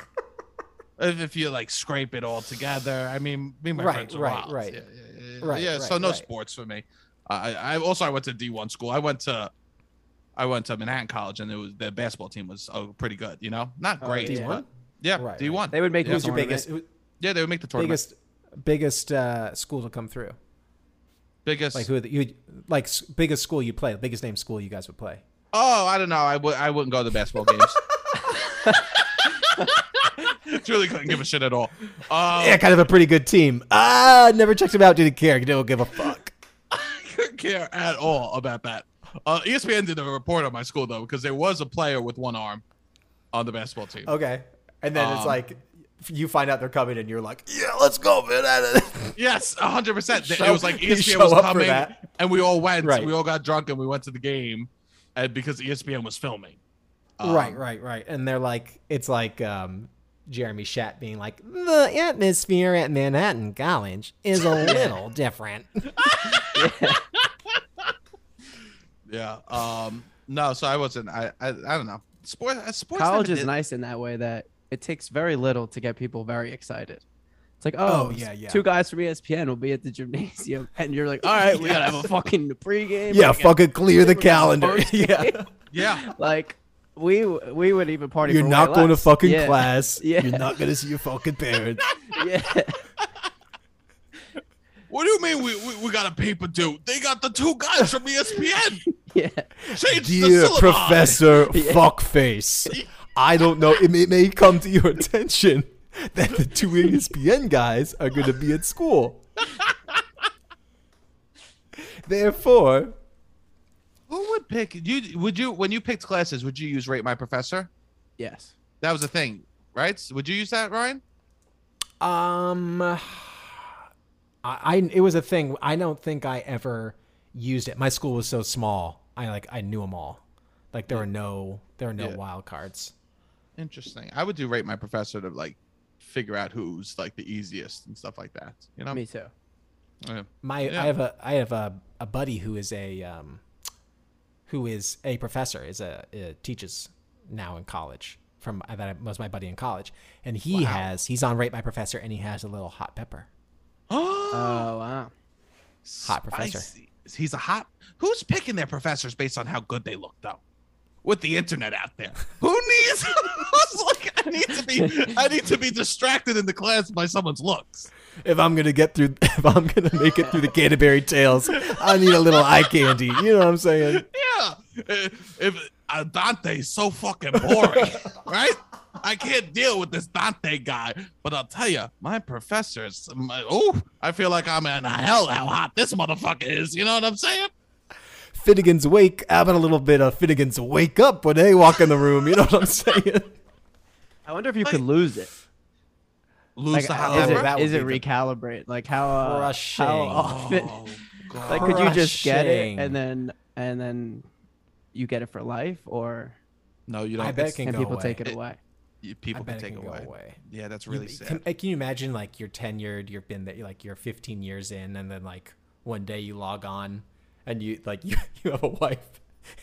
If, if you like scrape it all together, I mean, me and my Right, friends are right, wild. right. yeah, yeah, yeah, yeah. Right, Yeah, right, so no right. sports for me. I, I also I went to D one school. I went to, I went to Manhattan College, and it was the basketball team was oh, pretty good. You know, not Oh, great. D1? but- Yeah, Right, D one. They would make Yeah. yeah, who's your biggest who- Yeah, they would make the tournament. Biggest, biggest biggest uh, school to come through? Like who? are the- You like s- biggest school you play? The biggest name school you guys would play? Oh, I don't know. I would. I wouldn't go to the basketball games. Truly couldn't give a shit at all. Um, kind of a pretty good team. Ah, never checked them out. Didn't care. Don't give a fuck. couldn't care at all about that. Uh, ESPN did a report on my school though, because there was a player with one arm on the basketball team. Okay, and then it's Um, like you find out they're coming, and you're like, yeah, let's go, man. Yes, hundred percent. It show- was like [LAUGHS] E you ESPN show was up for coming, that. and we all went. Right. We all got drunk and we went to the game, and because E ESPN was filming. Um, right, right, right. And they're like, it's like um, Jeremy Shat being like, the atmosphere at Manhattan College is a little different. Yeah. Um. No. So I wasn't. I. I, I don't know. Sport. uh, Sports. never College is did- nice in that way that it takes very little to get people very excited. It's like, Oh, oh, yeah, yeah. two guys from ESPN will be at the gymnasium, [LAUGHS] and you're [LAUGHS] like, all right, we gotta have a fucking pregame. we gotta- fucking clear the calendar. [LAUGHS] yeah. Yeah. like we w- we would even party. You're for not way going to less. fucking Yeah, class. Yeah. You're not going to see your fucking parents. [LAUGHS] Yeah, What do you mean we, we, we got a paper due? They got the two guys from [LAUGHS] E ESPN. yeah. Change the Dear syllabus. Professor Fuckface, I don't know. It may, may come to your attention [LAUGHS] that the two E ESPN guys are going to be at school. Therefore, Who would pick you? Would you when you picked classes? Would you use rate my professor? Yes. That was a thing, right? Would you use that, Ryan? Um, I, I it was a thing. I don't think I ever used it. My school was so small. I like I knew them all. Like there were no there were no Yeah. wild cards. Interesting. I would do rate my professor to like figure out who's like the easiest and stuff like that. You know. Me too. [GASPS] Yeah. My Yeah. I have a I have a, a buddy who is a um, who is a professor is a, uh teaches now in college from that was my buddy in college and he has he's on rate my professor and he has a little hot pepper Oh wow. hot professor. Spicy. He's a hot. Who's picking their professors based on how good they look, though? With the internet out there, who needs? [LAUGHS] who's like, I need to be. I need to be distracted in the class by someone's looks. if I'm gonna get through, [LAUGHS] if I'm gonna make it through the Canterbury Tales, I need a little eye candy. You know what I'm saying? Yeah. Uh, If uh, Dante's so fucking [LAUGHS] boring, right? I can't deal with this Dante guy. But I'll tell you, my professors. My, oh, I feel like I'm in hell. How hot this motherfucker is. You know what I'm saying? Finnegan's wake. How about a little bit of Finnegan's wake up when they walk in the room? You know what I'm saying? I wonder if you could lose it. Lose Like, the Oh, hot is pepper. that it, would is it be the- recalibrate? Like how uh, Crushing. how often? Oh, [LAUGHS] God. Like could you just get it Crushing. and then and then you get it for life or No, you don't. I bet it it's- can and go people away. take it It- away. you- I people bet can it take can away. go away. Yeah, that's You- really can- sad. [LAUGHS] uh, Can, you imagine like you're tenured, you've been there, like you're 15 years in, and then like one day you log on and you like [LAUGHS] you, you have a wife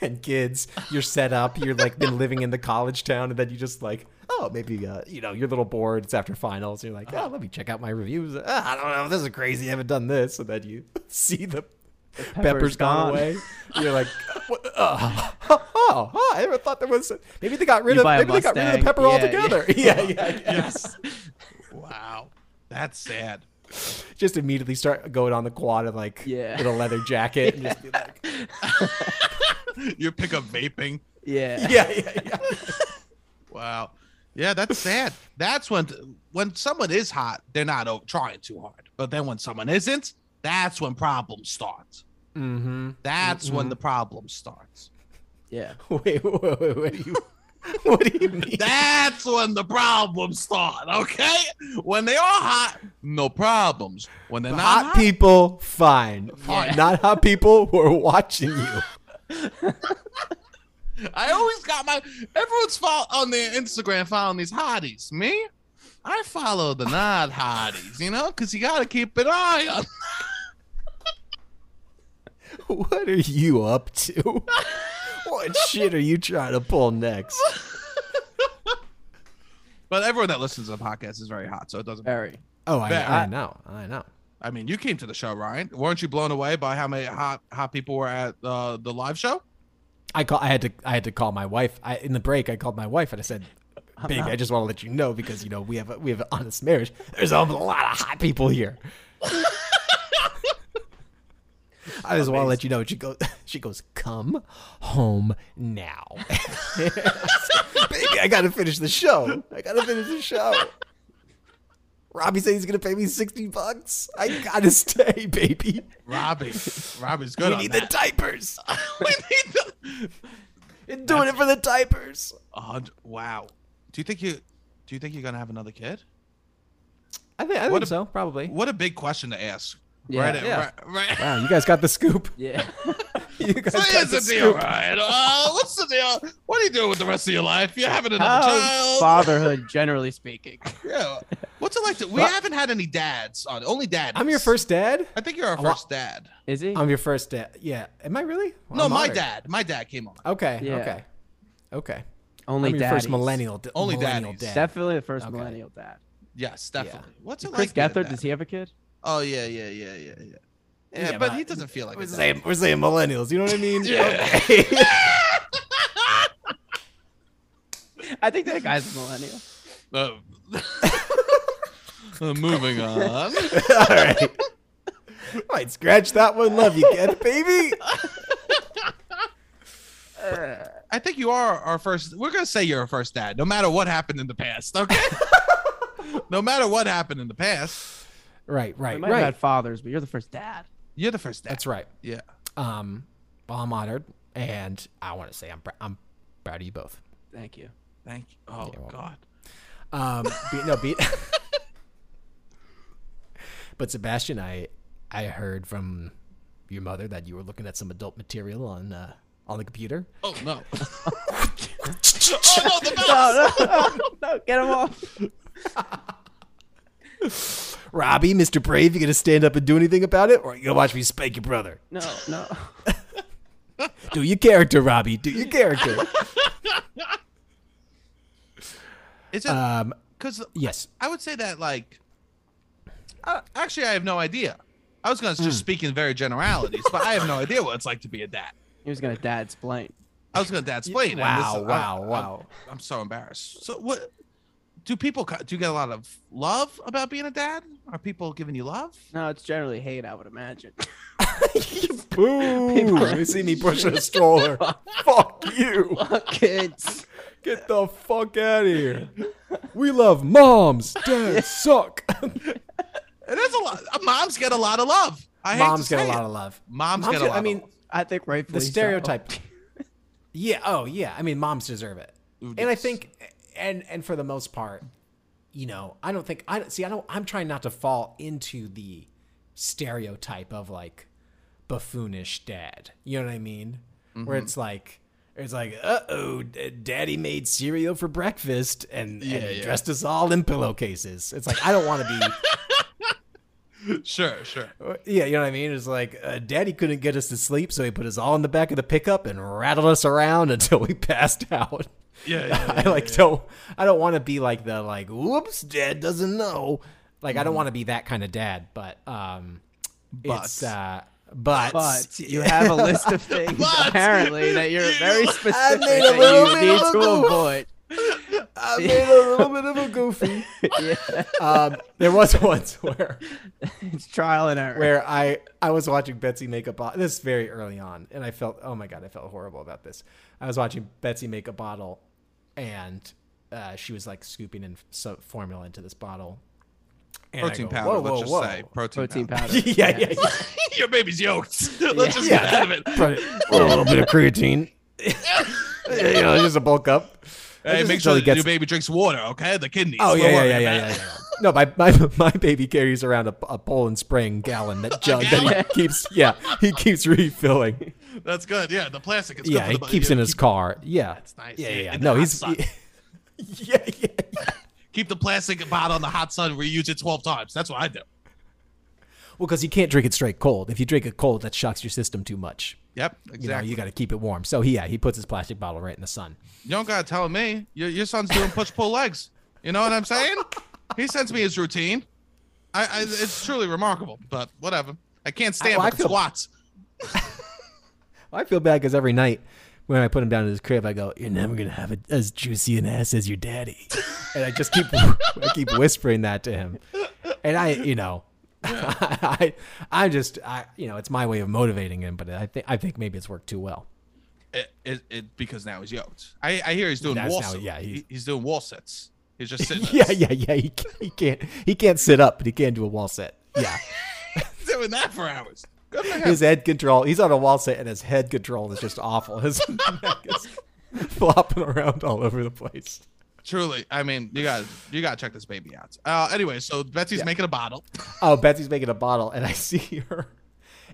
and kids, you're set up, you're like been living in the college town, and then you just like oh maybe uh, you know you're a little bored. It's after finals, and you're like oh let me check out my reviews. Ah, I don't know, this is crazy. I haven't done this, and then you [LAUGHS] see the. Pepper's, pepper's gone, gone. [LAUGHS] away. [LAUGHS] You're like, what, uh, [LAUGHS] oh, oh, oh, I never thought there was. Maybe they got rid You of. buy a Maybe they got rid Mustang. of the pepper Yeah, yeah. altogether. [LAUGHS] Yeah, yeah, yeah. yes. wow, that's sad. just immediately start going on the quad and like Yeah. with a leather jacket and just be like [LAUGHS] you pick up vaping. Yeah. yeah yeah yeah Wow. Yeah, that's sad. That's when when someone is hot, they're not o- trying too hard. But then when someone isn't, that's when problems start. mm-hmm That's when the problem starts. Yeah. wait, wait, wait, wait what do you [LAUGHS] what do you mean That's when the problems start. Okay, when they are hot, no problems. When they're [LAUGHS] not hot hot, people fine Fine. [LAUGHS] not hot people who are watching you [LAUGHS] I always got my everyone's follow on their Instagram following these hotties. Me, I follow the not hotties. You know, because you got to keep an eye on. [LAUGHS] what are you up to what shit are you trying to pull next But everyone that listens to the podcast is very hot, so it doesn't. matter. Very. oh I, That- I know I know I mean, you came to the show, Ryan. Weren't you blown away by how many hot hot people were at uh, the live show? I call I had to I had to call my wife I, in the break I called my wife and I said baby I just want to let you know because you know we have a, we have an honest marriage there's a lot of hot people here I just want to let you know she goes [LAUGHS] she goes come home now [LAUGHS] baby I gotta finish the show I gotta finish the show Robbie said he's gonna pay me 60 bucks I gotta stay baby [LAUGHS] Robbie, Robbie's good. we on need the that. [LAUGHS] diapers we need the. doing it for the diapers A hundred- wow. Do you think you? Do you think you're gonna have another kid? I think, I What think a- so, probably. What a big question to ask. Yeah. right, Yeah. right. Right. Wow, you guys got the [LAUGHS] scoop. [LAUGHS] Yeah. You guys So got here's the the deal, scoop. Ryan. Uh, what's the deal? What are you doing with the rest of your life? You're having How's another child. fatherhood, generally speaking? Yeah. What's it like to? We Well- haven't had any dads on. Only dad. I'm your first dad. I think you're our Well- first dad. Is he? I'm your first dad. Yeah. Am I really? Well, no, I'm my honored. dad. My dad came on. Okay. Yeah. Okay. Okay. Only I'm your daddies. first millennial. D- Only millennial daddies. dad. Definitely the first Okay. millennial dad. Yes, Yeah. definitely. What's it Chris like? being a Gethard, dad? does he have a kid? Oh yeah, yeah, yeah, yeah, yeah. Yeah, Yeah, but but he doesn't feel like We're a dad. saying, we're saying millennials. You know what I [LAUGHS] mean? Yeah. Okay. [LAUGHS] I think that guy's a millennial. Uh, [LAUGHS] uh, moving on. All right. [LAUGHS] Might scratch that one. Love you, Kenneth, baby. I think you are our first. We're gonna say you're our first dad, no matter what happened in the past. Okay. no matter what happened in the past, [LAUGHS] Right. We Right. might have Right. had fathers, but you're the first dad. you're the first dad. That's right. Yeah. Um. Well, I'm honored, and I want to say I'm pr- I'm proud of you both. Thank you. Thank you. Oh You're welcome. God. Um, be, no, be, [LAUGHS] but Sebastian, I I heard from your mother that you were looking at some adult material on uh, on the computer. Oh [LAUGHS] no. oh no, the mouse. No, no, no, get him off. Robbie, Mister Brave, you gonna stand up and do anything about it, or you gonna watch me spank your brother? [LAUGHS] No, no. [LAUGHS] Do your character, Robbie. Do [LAUGHS] your character. Is it um, because yes. I would say that like, uh, actually, I have no idea. I was gonna Hmm. just speak in very generalities, but I have no idea what it's like to be a dad. He was gonna dad splain. I was gonna dad explain. Wow, wow, wow. uh, I'm so embarrassed. So what? Do people co- do you get a lot of love about being a dad? Are people giving you love? No, it's generally hate, I would imagine. Boo! You see me pushing a stroller. Fuck you. Kids. Get the fuck out of here. We love moms. [LAUGHS] Dads suck. It is a lot. uh, Moms get a lot of love. I moms hate get to say a lot it. of love. Moms, get a get- lot. I mean, [LAUGHS] I think rightfully the so. stereotype. [LAUGHS] yeah. Oh, yeah. I mean, moms deserve it, and I think, and and for the most part, you know, I don't think I don't see. I don't. I'm trying not to fall into the Mm-hmm. stereotype of like buffoonish dad. You know what I mean? Where it's like, It's like, uh oh, daddy made cereal for breakfast and, Yeah, and he yeah. dressed us all in pillowcases. It's like, I don't [LAUGHS] want to Sure, sure. be. Uh, yeah, you know what I mean? It's like, uh, daddy couldn't get us to sleep, so he put us all in the back of the pickup and rattled us around [LAUGHS] until we passed out. Yeah, yeah, [LAUGHS] I like don't I don't want to be like the like whoops dad doesn't know like I don't want to be that kind of dad but um But. it's uh but, [LAUGHS] But you have a list of things But apparently that you're you- very I specific made a little that bit you need of a to goof. avoid. I made a little bit of a goofy yeah, um there was once where it's trial and error. where I I was watching Betsy make a bottle. This is very early on, and I felt oh my god, I felt horrible about this. I was watching Betsy make a bottle, and uh, she was like scooping in so formula into this bottle. And I Protein go, powder. "Whoa, let's whoa, just whoa." [LAUGHS] say protein, protein powder. powder. yeah, yeah, yeah. [LAUGHS] Your baby's yoked. [LAUGHS] let's just Yeah. get out of it. a little bit of creatine. [LAUGHS] yeah, you know, just a bulk up. Hey, Just make until sure he that gets- your baby drinks water, okay? The kidneys. Oh yeah, Don't yeah, worry yeah, yeah, about yeah, it. yeah. No, my, my my baby carries around a, a Poland Spring gallon that jug that [LAUGHS] he keeps. Yeah, he keeps refilling. That's good. Yeah, the plastic. It's yeah, good he for the, keeps yeah, in his keep, car. Yeah, it's nice. Yeah, Yeah, yeah. yeah. in the No, hot he's sun. [LAUGHS] yeah, yeah, yeah. keep the plastic bottle in the hot sun. Reuse it twelve times. That's what I do. Well, because you can't drink it straight cold. If you drink it cold, that shocks your system too much. Yep, You know, you got to keep it warm. So yeah, he puts his plastic bottle right in the sun. You don't gotta tell me. Your, your son's doing push pull legs. You know what I'm saying? He sends me his routine. I, I it's truly remarkable, but whatever. I can't stand Well, I with the feel- squats. I feel bad because every night when I put him down in his crib, I go, "You're never gonna have it as juicy an ass as your daddy," and I just keep [LAUGHS] I keep whispering that to him, and I, you know. [LAUGHS] I, I just, I, you know, it's my way of motivating him, but I think, I think maybe it's worked too well. It, it, it because now he's yoked. I, I hear he's doing That's wall. now- sits. yeah, He- he's- he's, doing wall sets. He's [LAUGHS] just sitting. Yeah, yeah, yeah. He, ca- he can't, he can't sit up, but he can do a wall set. Yeah, He's doing that for hours. Good for him. his head control. He's on a wall set, and his head control is just awful. His [LAUGHS] neck is flopping around all over the place. Truly, I mean, you got you got to check this baby out. Uh, anyway, so Betsy's making a bottle. Oh, Betsy's making a bottle, and I [LAUGHS] see her.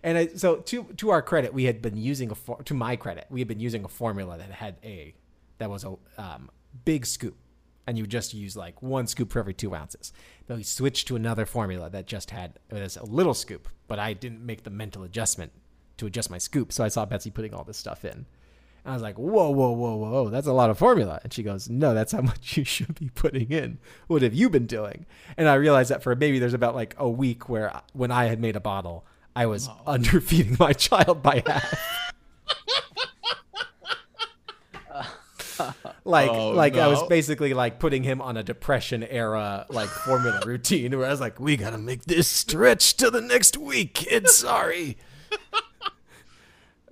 And I, so to to our credit, we had been using a for, to my credit, we had been using a formula that had a that was a um, big scoop, and you just use like one scoop for every two ounces. Then we switched to another formula that just had it was a little scoop, but I didn't make the mental adjustment to adjust my scoop, so I saw Betsy putting all this stuff in. And I was like, whoa, whoa, whoa, whoa, whoa, that's a lot of formula. And she goes, no, that's how [LAUGHS] much you should be putting in. What have you been doing? And I realized that for maybe there's about like a week where I- when I had made a bottle, I Oh. was [LAUGHS] underfeeding my child by [LAUGHS] half. [LAUGHS] like, Oh, like I was no. basically like putting him on a depression era [LAUGHS] like formula routine where I was like, we gotta make this stretch to the next week. It's sorry.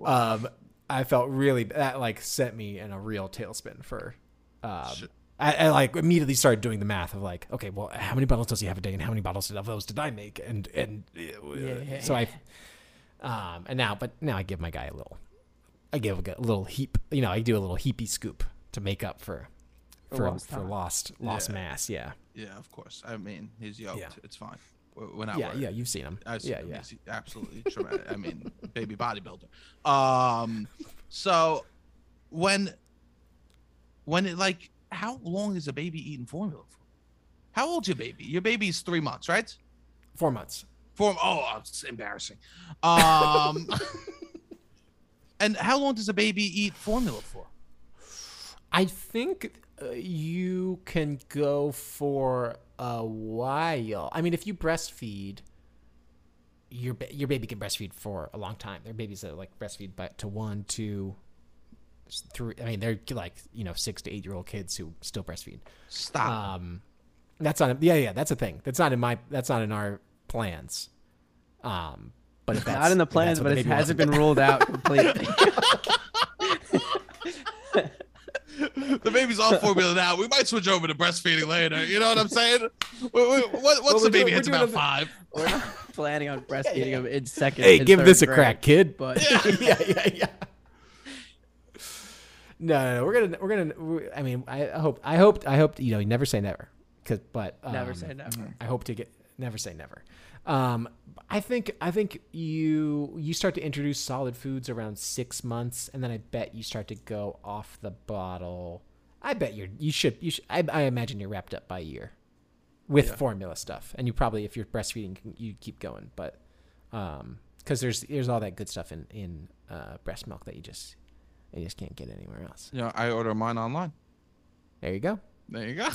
um, I felt really that like sent me in a real tailspin for. [LAUGHS] Um, I, I like immediately started doing the math of like, okay, well, how many bottles does he have a day, and how many bottles of those did I make, and and uh, so I, um, and now, but now I give my guy a little, I give a little heap, you know, I do a little heapy scoop to make up for, for lost for time. lost lost Yeah. mass, yeah, Yeah, of course. I mean, he's yoked. Yeah. It's fine. We're, we're not yeah, worried. yeah, you've seen him, I've seen yeah, him. yeah, He's absolutely [LAUGHS] traumatic. I mean, baby bodybuilder. Um, so when when it like, how long is a baby eating formula for? How old's your baby? Your baby's three months, right? four months. Form. Oh, it's embarrassing. [LAUGHS] Um, and how long does a baby eat formula for? I think uh, you can go for a while. I mean, if you breastfeed, your ba- your baby can breastfeed for a long time. There are babies that like breastfeed by to one, two, s- three. I mean, they're like you know six to eight year old kids who still breastfeed. Stop. Um, that's not yeah yeah that's a thing. That's not in my that's not in our plans. Um, but if that's, Not in the if that's plans, what but the it baby wants hasn't to been ruled [LAUGHS] out completely. the baby's all formula now. We might switch over to breastfeeding later. You know what I'm [LAUGHS] saying? We- we- what- once we're the baby doing- hits we're doing about a- five. [LAUGHS] We're not planning on breastfeeding him in second. hey, and give third this a grade, crack, kid. But [LAUGHS] yeah, yeah, yeah. No, no, no, we're gonna, we're gonna. we- I mean, I I hope, I hope, I hope. You know, you never say never, 'cause- but um, never say never. I hope to get never say never. Um, I think I think you you start to introduce solid foods around six months, and then I bet you start to go off the bottle. I bet you're you should you should, I, I imagine you're wrapped up by a year with formula stuff, and you probably if you're breastfeeding you keep going, but um, because there's there's all that good stuff in in uh, breast milk that you just you just can't get anywhere else. You know, I order mine online. There you go. There you [LAUGHS] go.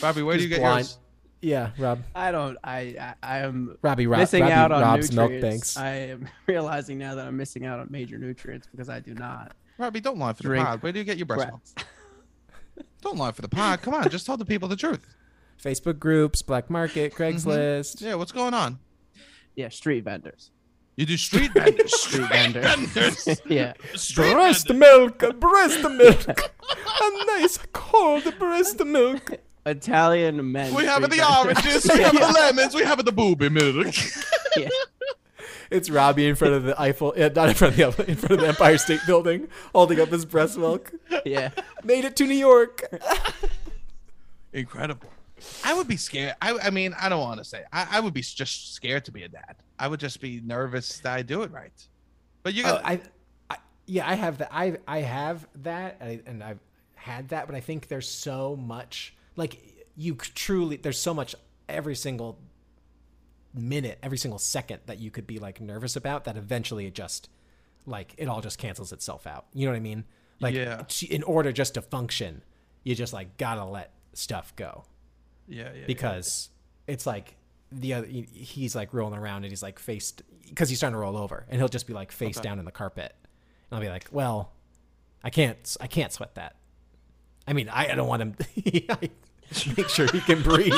Bobby, where do you Just get blind- yours? Yeah, Rob. I don't. I. I am Robbie Rob, missing Robbie, out on Rob's milk nutrients. banks. I am [LAUGHS] realizing now that I'm missing out on major nutrients because I do not. Robbie, don't lie for Drink the pod. Where do you get your breast Right. milk? Don't lie for the pod. Come on, just tell the people the [LAUGHS] truth. Facebook groups, black market, Craigslist. Yeah, what's going on? Yeah, street vendors. You do [LAUGHS] street vendors. Street vendors. vendors. yeah, Street Breast milk, uh, breast milk, [LAUGHS] a nice cold breast milk. Italian men. We have street the vendors. oranges, [LAUGHS] we have the lemons, we have the booby milk. [LAUGHS] Yeah. It's Robbie in front of the Eiffel, uh, not in front of the Eiffel, in front of the Empire State Building, holding up his breast milk. yeah. Made it to New York. Incredible. I would be scared. I, I mean, I don't want to say. I, I would be just scared to be a dad. I would just be nervous that I do it right. But you Oh, got I, I, yeah, I have that. I I have that, and, I, and I've had that. But I think there's so much, like you c- truly, there's so much every single minute, every single second that you could be like nervous about. That eventually it just, like, it all just cancels itself out. You know what I mean? Like, Yeah. t- in order just to function, you just like gotta let stuff go yeah, yeah, yeah. because it's like the other he- he's like rolling around and he's like faced because he's trying to roll over and he'll just be like face down in the carpet and i'll be like well i can't i can't sweat that i mean i, I don't want him [LAUGHS] I make sure he can breathe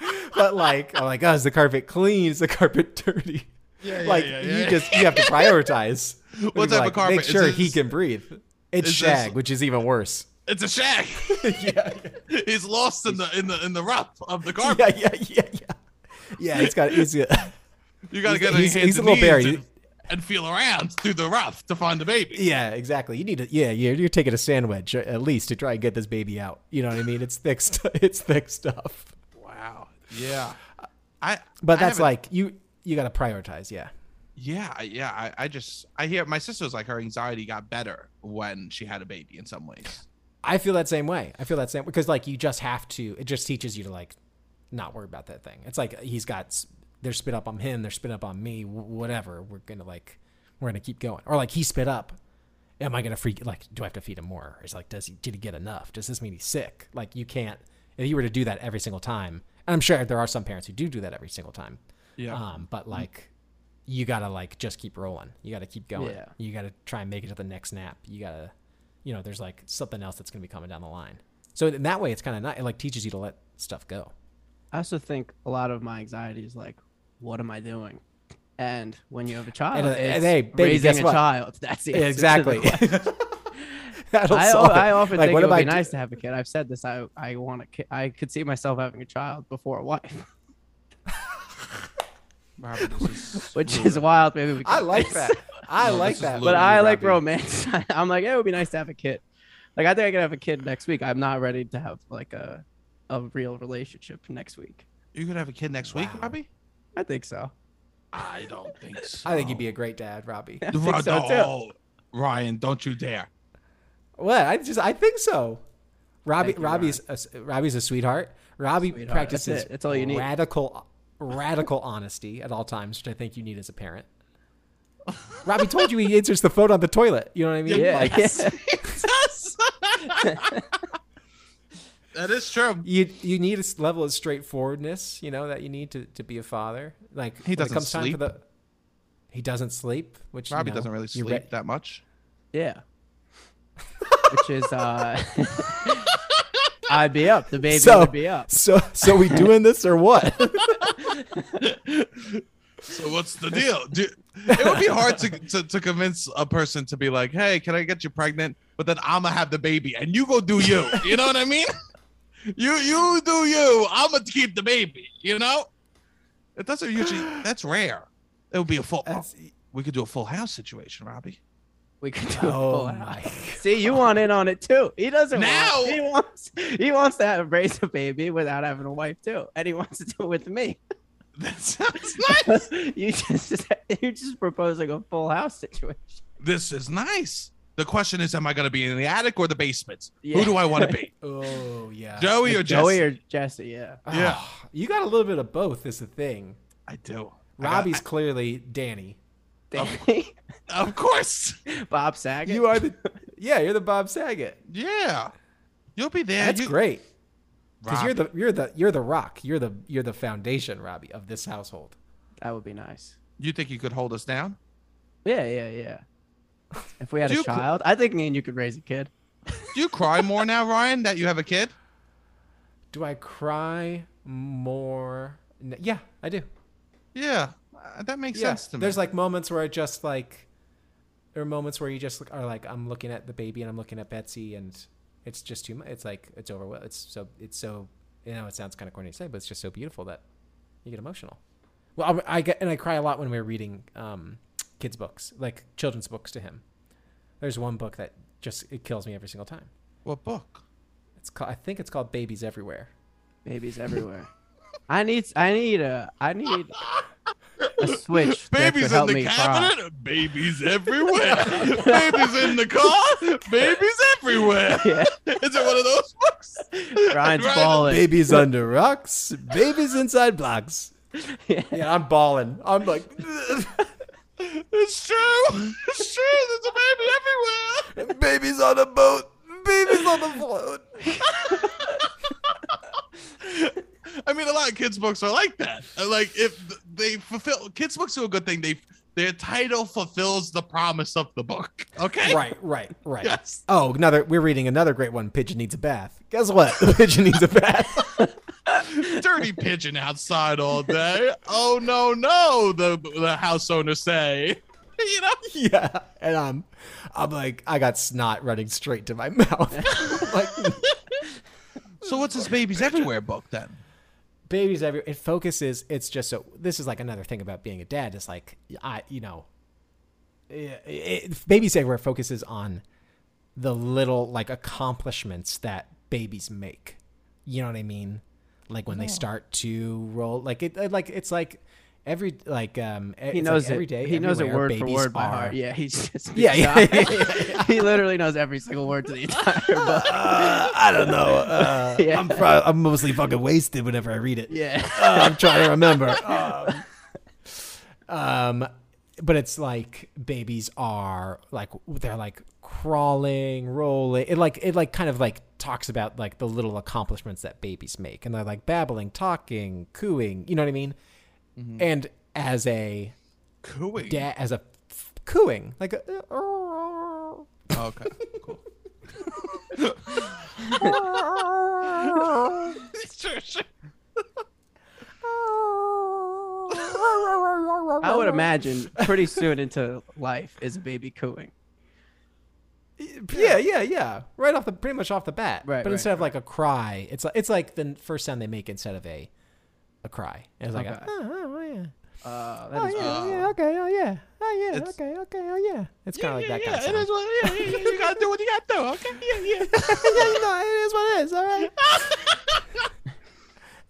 [LAUGHS] but like i'm like oh is the carpet clean is the carpet dirty Yeah, yeah, like yeah, you yeah. just you have to prioritize [LAUGHS] What type of Like, carpet? make Is sure he this- can breathe it's is this- shag which is even worse [LAUGHS] it's a shack. yeah He's lost in the in the in the rough of the carpet. yeah, yeah, yeah, yeah. Yeah, he's got he's got, You gotta He's- get on your he's- hands he's a and little bear. knees He- And, and feel around through the rough to find the baby. yeah, exactly. You need to yeah, you're, you're taking a sand wedge at least to try and get this baby out. You know what I mean? It's thick st- [LAUGHS] it's thick stuff. Wow. Yeah. I. But I that's haven't- like you you got to prioritize, yeah. Yeah, I- yeah. I, I just I hear my sister's like her anxiety got better when she had a baby in some ways. I feel that same way. I feel that same because like you just have to it just teaches you to like not worry about that thing. It's like he's got s- there's spit up on him, there's spit up on me, wh- whatever. We're going to like we're going to keep going. Or like he spit up. Am I going to freak like do I have to feed him more? It's like does he did he get enough? Does this mean he's sick? Like you can't if you were to do that every single time. And I'm sure there are some parents who do do that every single time. Yeah. Um but like you got to like just keep rolling. You got to keep going. Yeah. You got to try and make it to the next nap. You got to you know, there's like something else that's going to be coming down the line. So in that way, it's kind of not, it like teaches you to let stuff go. I also think a lot of my anxiety is like, what am I doing? And when you have a child, And, uh, it's and hey, baby, raising guess a what? child. [LAUGHS] That's [LAUGHS] the answer to the question. That'll I, solve it. I often Like, think what it would am be I do- nice to have a kid. I've said this. I I want a kid. I could see myself having a child before a wife, [LAUGHS] Robert, this [LAUGHS] is- which is wild. Maybe we. I could [LAUGHS] like fix. that. I No, like this is that. But Literally, I like Robbie. romance. [LAUGHS] I'm like, it would be nice to have a kid. Like I think I could have a kid next week. I'm not ready to have like a a real relationship next week. you could have a kid next week, Wow. Robbie. I think so. I don't [LAUGHS] think so. I think you'd be oh a great dad, Robbie. [LAUGHS] I think so too. No, Ryan, don't you dare. what? I just, I think so. Robbie, Thank you, Robbie's, a, s- Robbie's a sweetheart. Robbie Sweetheart. That's practices it. That's all you need. radical, radical honesty at all times, which I think you need as a parent. Robbie told you he answers the phone on the toilet. You know what I mean? Yeah. [LAUGHS] Like, yeah. That is true. you you need a s- level of straightforwardness, you know, that you need to, to be a father. Like when it doesn't comes time sleep. for the- he doesn't sleep, which you Robbie know, doesn't really you're sleep re- that much. Yeah. Which is uh [LAUGHS] I'd be up. The baby So- would be up. So so we doing this [LAUGHS] or what? So what's the [LAUGHS] deal? Do, it would be hard to, to to convince a person to be like, "Hey, can I get you pregnant?" But then I'ma have the baby, and you go do [LAUGHS] you. You know what I mean? You you do you. I'ma keep the baby. You know? It doesn't [GASPS] usually. That's rare. It would be a full. That's- we could do a full house situation, Robbie. We could do a full Oh house. my. See, you want in on it too. He doesn't Now- want. He wants. He wants to have, raise a baby without having a wife too, and he wants to do it with me. [LAUGHS] That sounds nice. you just, [LAUGHS] you're just proposing a full house situation. this is nice. The question is, am I going to be in the attic or the basement? Yeah. Who do I want to be, Oh yeah. Joey or [LAUGHS] Jesse? Joey or Jesse? Yeah. Yeah. Ah, you got a little bit of both. Is the thing. I do. I got- Robbie's clearly Danny. Danny, of course. [LAUGHS] Bob Saget. You are the. [LAUGHS] Yeah, you're the Bob Saget. Yeah, you'll be there. That's You- great. Because you're Rob, the you're the you're the rock. You're the you're the foundation, Robbie, of this household. That would be nice. you think you could hold us down? Yeah, yeah, yeah. If we had You a could- child, I think me and you could raise a kid. Do you cry more now, Ryan, that you have a kid? Do I cry more? N- Yeah, I do. Yeah, uh, that makes Yeah. sense to me. There's like moments where I just like there are moments where you just look- are like I'm looking at the baby and I'm looking at Betsy and it's just too much. It's like it's over. It's so it's so you know it sounds kind of corny to say, but it's just so beautiful that you get emotional. Well, I, I get and I cry a lot when we're reading um, kids books, like children's books to him. There's one book that just it kills me every single time. what book? It's called I think it's called Babies Everywhere. Babies everywhere. I need. I need a. I need [LAUGHS] a switch. that could Babies in help the me cry. cabinet, babies everywhere. babies in the car, babies everywhere. [LAUGHS] Yeah. Is it one of those books? Ryan's Ryan- balling. Babies under rocks, babies inside blocks. Yeah, I'm balling. I'm like, It's true. It's true. There's a baby everywhere. babies on a boat, babies on the float. I mean, a lot of kids' books are like that. Uh, Like if th- they fulfill kids' books are a good thing. They their title fulfills the promise of the book. Okay. [LAUGHS] Right, right, right. Yes. Oh, another. We're reading another great one. Pigeon needs a bath. Guess what? [LAUGHS] The pigeon needs a bath. [LAUGHS] Dirty pigeon outside all day. Oh no, no. The the house owner say. [LAUGHS] You know. yeah, and I'm, I'm like, I got snot running straight to my [LAUGHS] mouth. like, So what's his babies everywhere book then? babies everywhere. It focuses. It's just so. This is like another thing about being a dad. It's like I, you know, it, it, babies everywhere focuses on the little like accomplishments that babies make. You know what I mean? Like when they start to roll, like it, like it's like every like um. He it's knows like it. every day. he knows it everywhere word for babies word by are- heart. Yeah, he just Yeah, yeah, speaks yeah, out. [LAUGHS] [LAUGHS] he literally knows every single word to the entire book. Uh, [LAUGHS] I don't know. Uh, [LAUGHS] Yeah. I'm pro- I'm mostly fucking wasted whenever I read it. Yeah. Uh, I'm trying [LAUGHS] to remember. Um, um, but it's like babies are like they're like crawling, rolling. It like it like kind of like talks about like the little accomplishments that babies make, and they're like babbling, talking, cooing. You know what I mean? Mm-hmm. And as a Cooing. dad, as a f- cooing, like a, Okay. [LAUGHS] Cool. sure, sure. I would imagine pretty soon into life is a baby cooing. Yeah, yeah, yeah. Right off the pretty much off the bat. Right, But right, instead of like a cry, it's like it's like the first sound they make instead of a a cry. And it's like a, Okay. oh, oh, oh, yeah. Uh, Oh that is yeah, awesome. yeah, okay, oh yeah. Oh yeah, It's- okay, okay, oh yeah. It's Yeah, kinda like yeah, that yeah. kind of sound. It is what, yeah, yeah, yeah. You gotta do what you gotta do. Okay. Yeah, yeah. yeah, you know, it is what it is. All right. Hey,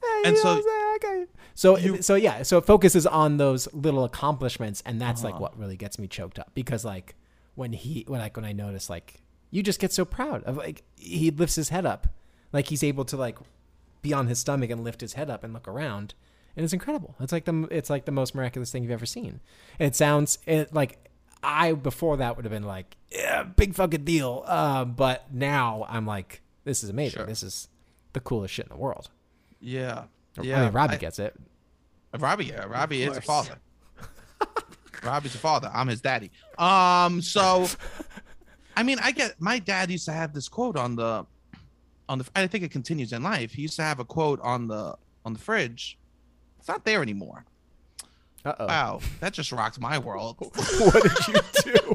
you And know so- what I'm saying? okay. So, You- so yeah, so it focuses on those little accomplishments, and that's like Uh-huh. what really gets me choked up because like when he, when like when I notice like you just get so proud of like he lifts his head up, like he's able to like be on his stomach and lift his head up and look around, and it's incredible. It's like the it's like the most miraculous thing you've ever seen. And it sounds it like I before that would have been like yeah, big fucking deal, uh, but now I'm like this is amazing. Sure. This is the coolest shit in the world. Yeah. Yeah, I mean, Robbie I- gets it. Robbie, yeah, Robbie is a course. father. [LAUGHS] Robbie's a father. I'm his daddy. Um, so I mean, I get my dad used to have this quote on the on the I think it continues in life. He used to have a quote on the on the fridge. It's not there anymore. Uh oh. Wow, that just rocked my world. [LAUGHS] what did you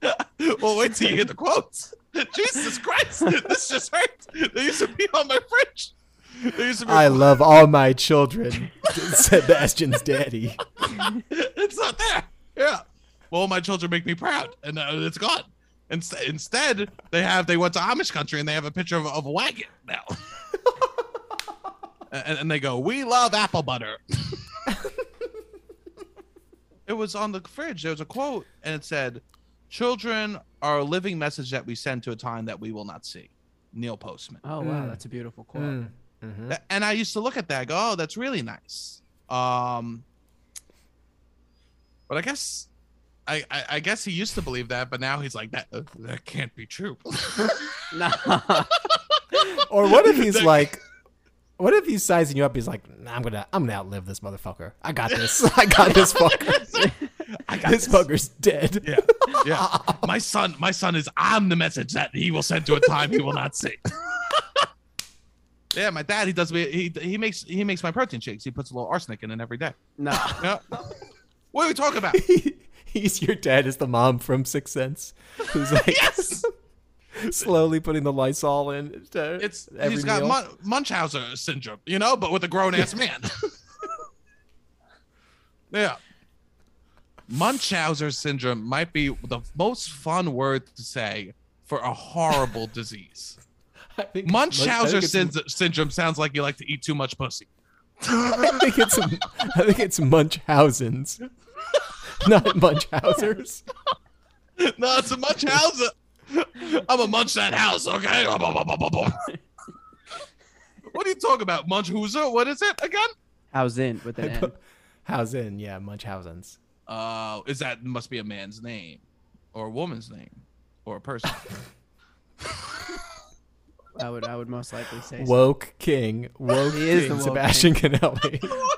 do? [LAUGHS] well, wait till you hear the quotes. Jesus Christ, [LAUGHS] this just hurt. They used to be on my fridge. They used to be. I love all my children. [LAUGHS] Sebastian's [LAUGHS] daddy. it's not there. Yeah. Well, my children make me proud, and uh, it's gone. Inst- instead, they have they went to Amish country and they have a picture of, of a wagon now. and, and they go, "We love apple butter." it was on the fridge. There was a quote, and it said, "Children are a living message that we send to a time that we will not see." Neil Postman. Oh wow, that's a beautiful quote. Mhm. Th- And I used to look at that, I go, "Oh, that's really nice." Um, but I guess, I, I I guess he used to believe that, but now he's like that. uh, That can't be true. [LAUGHS] Nah. Or what if he's like, what if he's sizing you up? He's like, nah, I'm gonna, I'm gonna outlive this motherfucker. I got this. [LAUGHS] I got [LAUGHS] this fucker. I got this this. fucker's dead. [LAUGHS] Yeah, yeah. My son, my son is. I'm the message that he will send to a time he will not [LAUGHS] see. yeah, my dad. He does. me- He he makes he makes my protein shakes. He puts a little arsenic in it every day. nah. Yeah. What are we talking about? [LAUGHS] he's your dad. Is the mom from Sixth Sense, who's [LAUGHS] like Yes. [LAUGHS] slowly putting the Lysol in. to It's every he's got meal. Mun- Munchausen syndrome, you know, but with a grown [LAUGHS] ass man. [LAUGHS] yeah. Munchausen syndrome might be the most fun word to say for a [LAUGHS] horrible disease. I think it's- I Munchausen think it's- syn- syndrome sounds like you like to eat too much pussy. [LAUGHS] I think it's I think it's Munchausen's, [LAUGHS] not Munchauser's. no, it's a [LAUGHS] Munchausen. I'm a munch that house, okay? [LAUGHS] what are you talking about? Munchhausen? What is it again? How's in [LAUGHS] with an N? Hausen, yeah, Munchausen's. Uh, is that must be a man's name, or a woman's name, or a person? I would I would most likely say. so. Woke King, woke He is King, the woke [LAUGHS] Sebastian Canelli.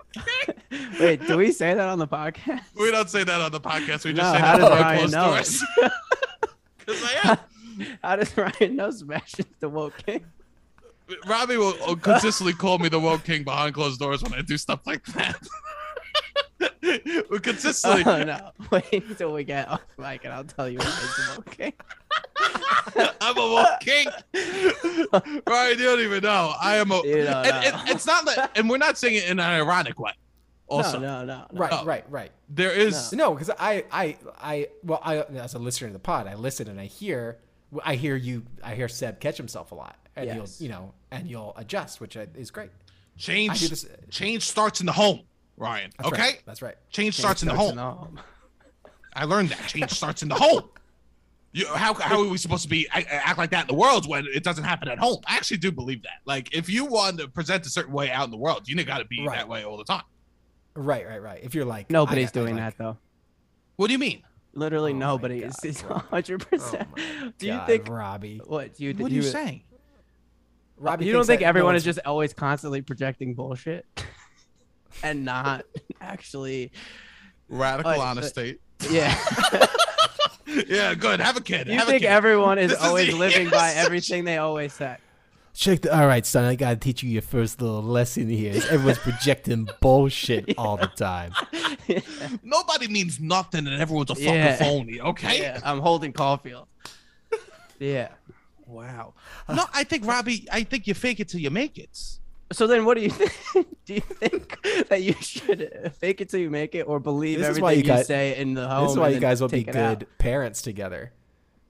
Wait, do we say that on the podcast? we don't say that on the podcast. We just No, say how that does behind Ryan closed know? doors. [LAUGHS] Because I am. How does [LAUGHS] Ryan know Sebastian's the woke king? Robbie will, will consistently call me the woke king behind closed doors when I do stuff like that. [LAUGHS] Well, consistently, oh [LAUGHS] no! Wait until we get off mic, and I'll tell you what is the woke king. [LAUGHS] I'm a woke king. Ryan, you don't even know. I am a. You don't and, know. and it's not that, and we're not saying it in an ironic way. Also, no, no, no. Right, Oh. right, right. there is. No, because I, I, I, well, I, as a listener to the pod, I listen and I hear, I hear you, I hear Seb catch himself a lot, and Yes. you'll, you know, and you'll adjust, which I- is great. I do Change this- change starts in the home, Ryan. That's okay? right. that's right. Change starts in the Starts home. [LAUGHS] I [LAUGHS] learned that. Change starts in the home. You, how, how are we supposed to be a- a- act like that in the world when it doesn't happen at home? I actually do believe that. Like, if you want to present a certain way out in the world, you got to be Right. that way all the time. Right, right, right. If you're like Nobody's I- I doing that like- though. What do you mean? Literally Oh my nobody. God, It's bro. hundred percent. Do you God, think? Robbie? What do you? What are do you saying? Robbie, you don't thinks think that no everyone is one's- just always constantly projecting bullshit and not actually? Radical Like, uh, honesty. Yeah. [LAUGHS] yeah, good. Have a [LAUGHS] kid. you Have think a kid. everyone is This is always the- living by yes. everything they always say? Check the. All right, son. I gotta teach you your first little lesson here. [LAUGHS] Is everyone's projecting bullshit [LAUGHS] all the time. Nobody means nothing and everyone's a fucking Yeah. phony, okay? Yeah, I'm holding Caulfield. Yeah. Wow. No, I think, Robbie, I think you fake it till you make it. So then, what do you [LAUGHS] think? Do you think that you should fake it till you make it, or believe This is everything why you, you guys- say in the home? This is why and you then guys will be Oh, take it out? good parents together,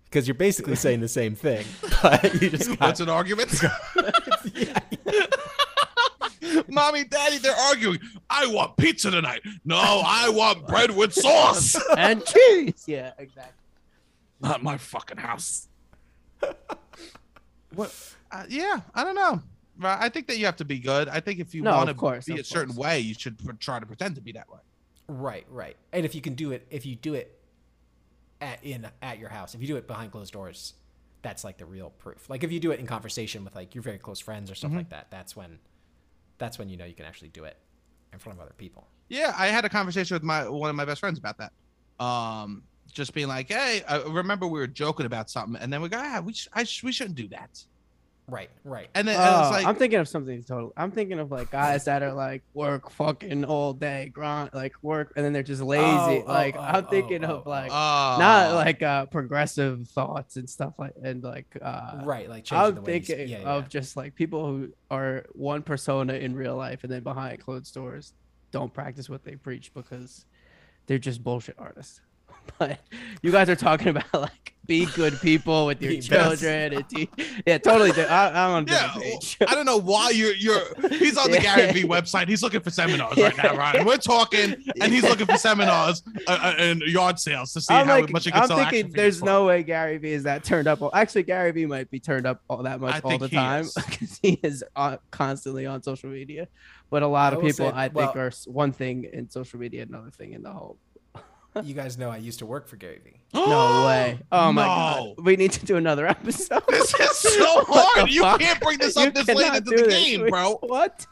because you're basically saying the same thing, [LAUGHS] but [LAUGHS] you just got That's an argument. [LAUGHS] Mommy, daddy, they're arguing. I want pizza tonight. No, I want bread [LAUGHS] with sauce. [LAUGHS] And cheese. Yeah, exactly. Not my fucking house. What? Uh, yeah, I don't know. Right, I think that you have to be good. I think if you No, want to of course, be of a certain course. way, you should pr- try to pretend to be that way. Right, right. And if you can do it, if you do it at in at your house, if you do it behind closed doors, that's like the real proof. Like if you do it in conversation with like your very close friends or stuff Mm-hmm. like that, that's when that's when you know you can actually do it in front of other people. Yeah, I had a conversation with my one of my best friends about that. Um, just being like, hey, I remember we were joking about something, and then we go, ah, we sh- I sh- we shouldn't do that. Right, right. And then and it was Oh, like, I'm thinking of something total. I'm thinking of like guys that are like work fucking all day, grind, like work, and then they're just lazy. Oh, oh, like oh, I'm oh, thinking oh, of like oh, not like uh, progressive thoughts and stuff like and like uh, right, like changing the I'm ways. thinking yeah, of yeah. just like people who are one persona in real life and then behind closed doors don't practice what they [LAUGHS] preach because they're just bullshit artists. But you guys are talking about like be good people with [LAUGHS] your Yes. children. And te- yeah, totally. do- I, I'm on the Yeah, page. I don't know why you're you're. He's on the Yeah. Gary Vee website. He's looking for seminars right now, Ryan. We're talking, [LAUGHS] and he's looking for seminars uh, uh, and yard sales to see I'm how like, much it can I'm sell. action thinking figures there's for. no way Gary Vee is that turned up. all- Actually, Gary Vee might be turned up all that much I all think the he time [LAUGHS] is. because he is on, constantly on social media. But a lot I of will people, say- I think, well- are s- one thing in social media, another thing in the whole. You guys know I used to work for Gary Vee. [GASPS] [GASPS] No way! Oh my No. god, we need to do another [LAUGHS] episode. This [LAUGHS] is so What the hard. You fuck? can't bring this up You this late cannot into do the this. game, We- bro. [LAUGHS] What?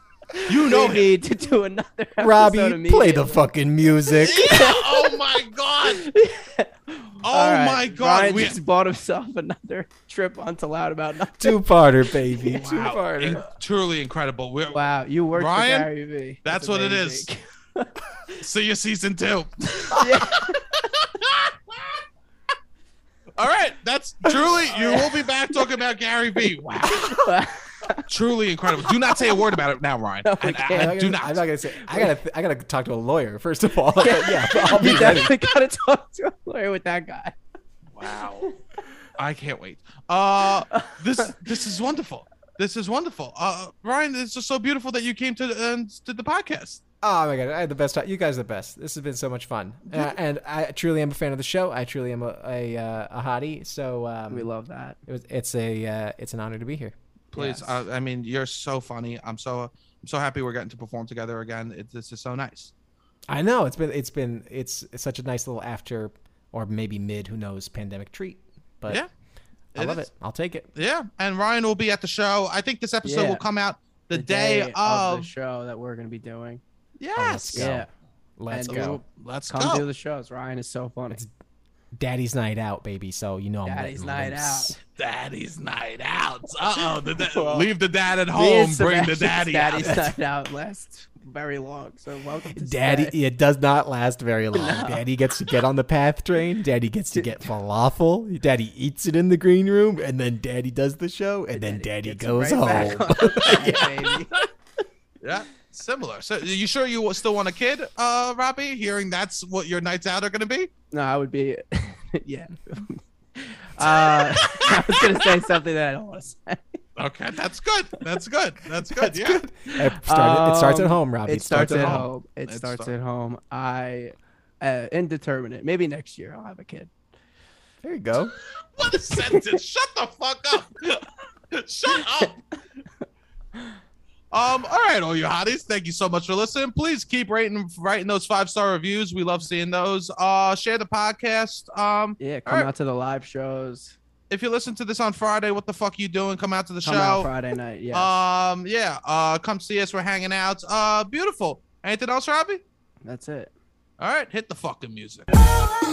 You know we him. need to do another episode. [GASPS] [LAUGHS] Robbie, play the [LAUGHS] immediately. fucking music. Yeah, oh my [LAUGHS] god. Oh All right, my god. Ryan we- just bought himself another trip onto loud about nothing. Two parter, baby. [LAUGHS] Two wow. parter. in- truly incredible. We're Wow, you worked Ryan, for Gary Vee. that's what it is. [LAUGHS] amazing. [LAUGHS] see you season two. Yeah. [LAUGHS] All right, that's truly. You will be back talking about Gary Vee. Wow, truly incredible. Do not say a word about it now, [LAUGHS] Ryan. No, And I, okay. I I'm not do gonna- not. I'm not gonna say. I gotta. I gotta talk to a lawyer first [LAUGHS] of all. [LAUGHS] uh, yeah, I'll [LAUGHS] be you ready. definitely gotta talk to a lawyer with that guy. Wow, I can't wait. Uh, this this is wonderful. This is wonderful. Uh, Ryan, it's just so beautiful that you came to and did the podcast. Oh my god, I had the best time. You guys are the best. This has been so much fun, uh, and I truly am a fan of the show. I truly am a a, uh, a hottie. So um, We love that. it was, it's a uh, it's an honor to be here. Please, Yes. uh, I mean, you're so funny. I'm so I'm so happy we're getting to perform together again. It, this is so nice. I know it's been it's been it's, it's such a nice little after or maybe mid who knows pandemic treat. But Yeah, I it love is. it. I'll take it. Yeah, and Ryan will be at the show. I think this episode Yeah. will come out the, day, of. the show that we're gonna be doing. yes. Let's go. Yeah. Let's And go. we'll Let's Come go. do the shows. Ryan is so funny. It's Daddy's night out, baby. So you know I'm Daddy's letting night loose. out. Daddy's night out. Uh oh. The da- Well, leave the dad at Me and home. Bring the Sebastian's daddy Daddy's out. night out last very long. So welcome, to Daddy, E, today. it does not [LAUGHS] last very long. Daddy gets to get on the path train. Daddy gets to get falafel. Daddy eats it in the green room, and then Daddy does the show, and then Daddy, Gets goes right back [LAUGHS] on home. [LAUGHS] the bed, [LAUGHS] Yeah, similar. So you sure you still want a kid, uh, Robbie? Hearing that's what your nights out are going to be. No, I would be. yeah. Uh, [LAUGHS] I was gonna say something that I don't want to say. Okay, that's good. That's good. That's good. yeah. [LAUGHS] It, started- it starts at Um, home, Robbie. It starts at home. home. It It starts start- at home. I uh, indeterminate. Maybe next year I'll have a kid. There you go. What a sentence. Shut the fuck up. Shut up. Um, all right, all you hotties, thank you so much for listening. Please keep rating writing those five star reviews. We love seeing those. Uh share the podcast. Um, Yeah, All come right. out to the live shows. if you listen to this on Friday, what the fuck you doing? Come out to the Come out show. Friday night. Yeah, Um, yeah, uh come see us. We're hanging out. Uh beautiful. Anything else, Robbie? that's it. All right, hit the fucking music. Thank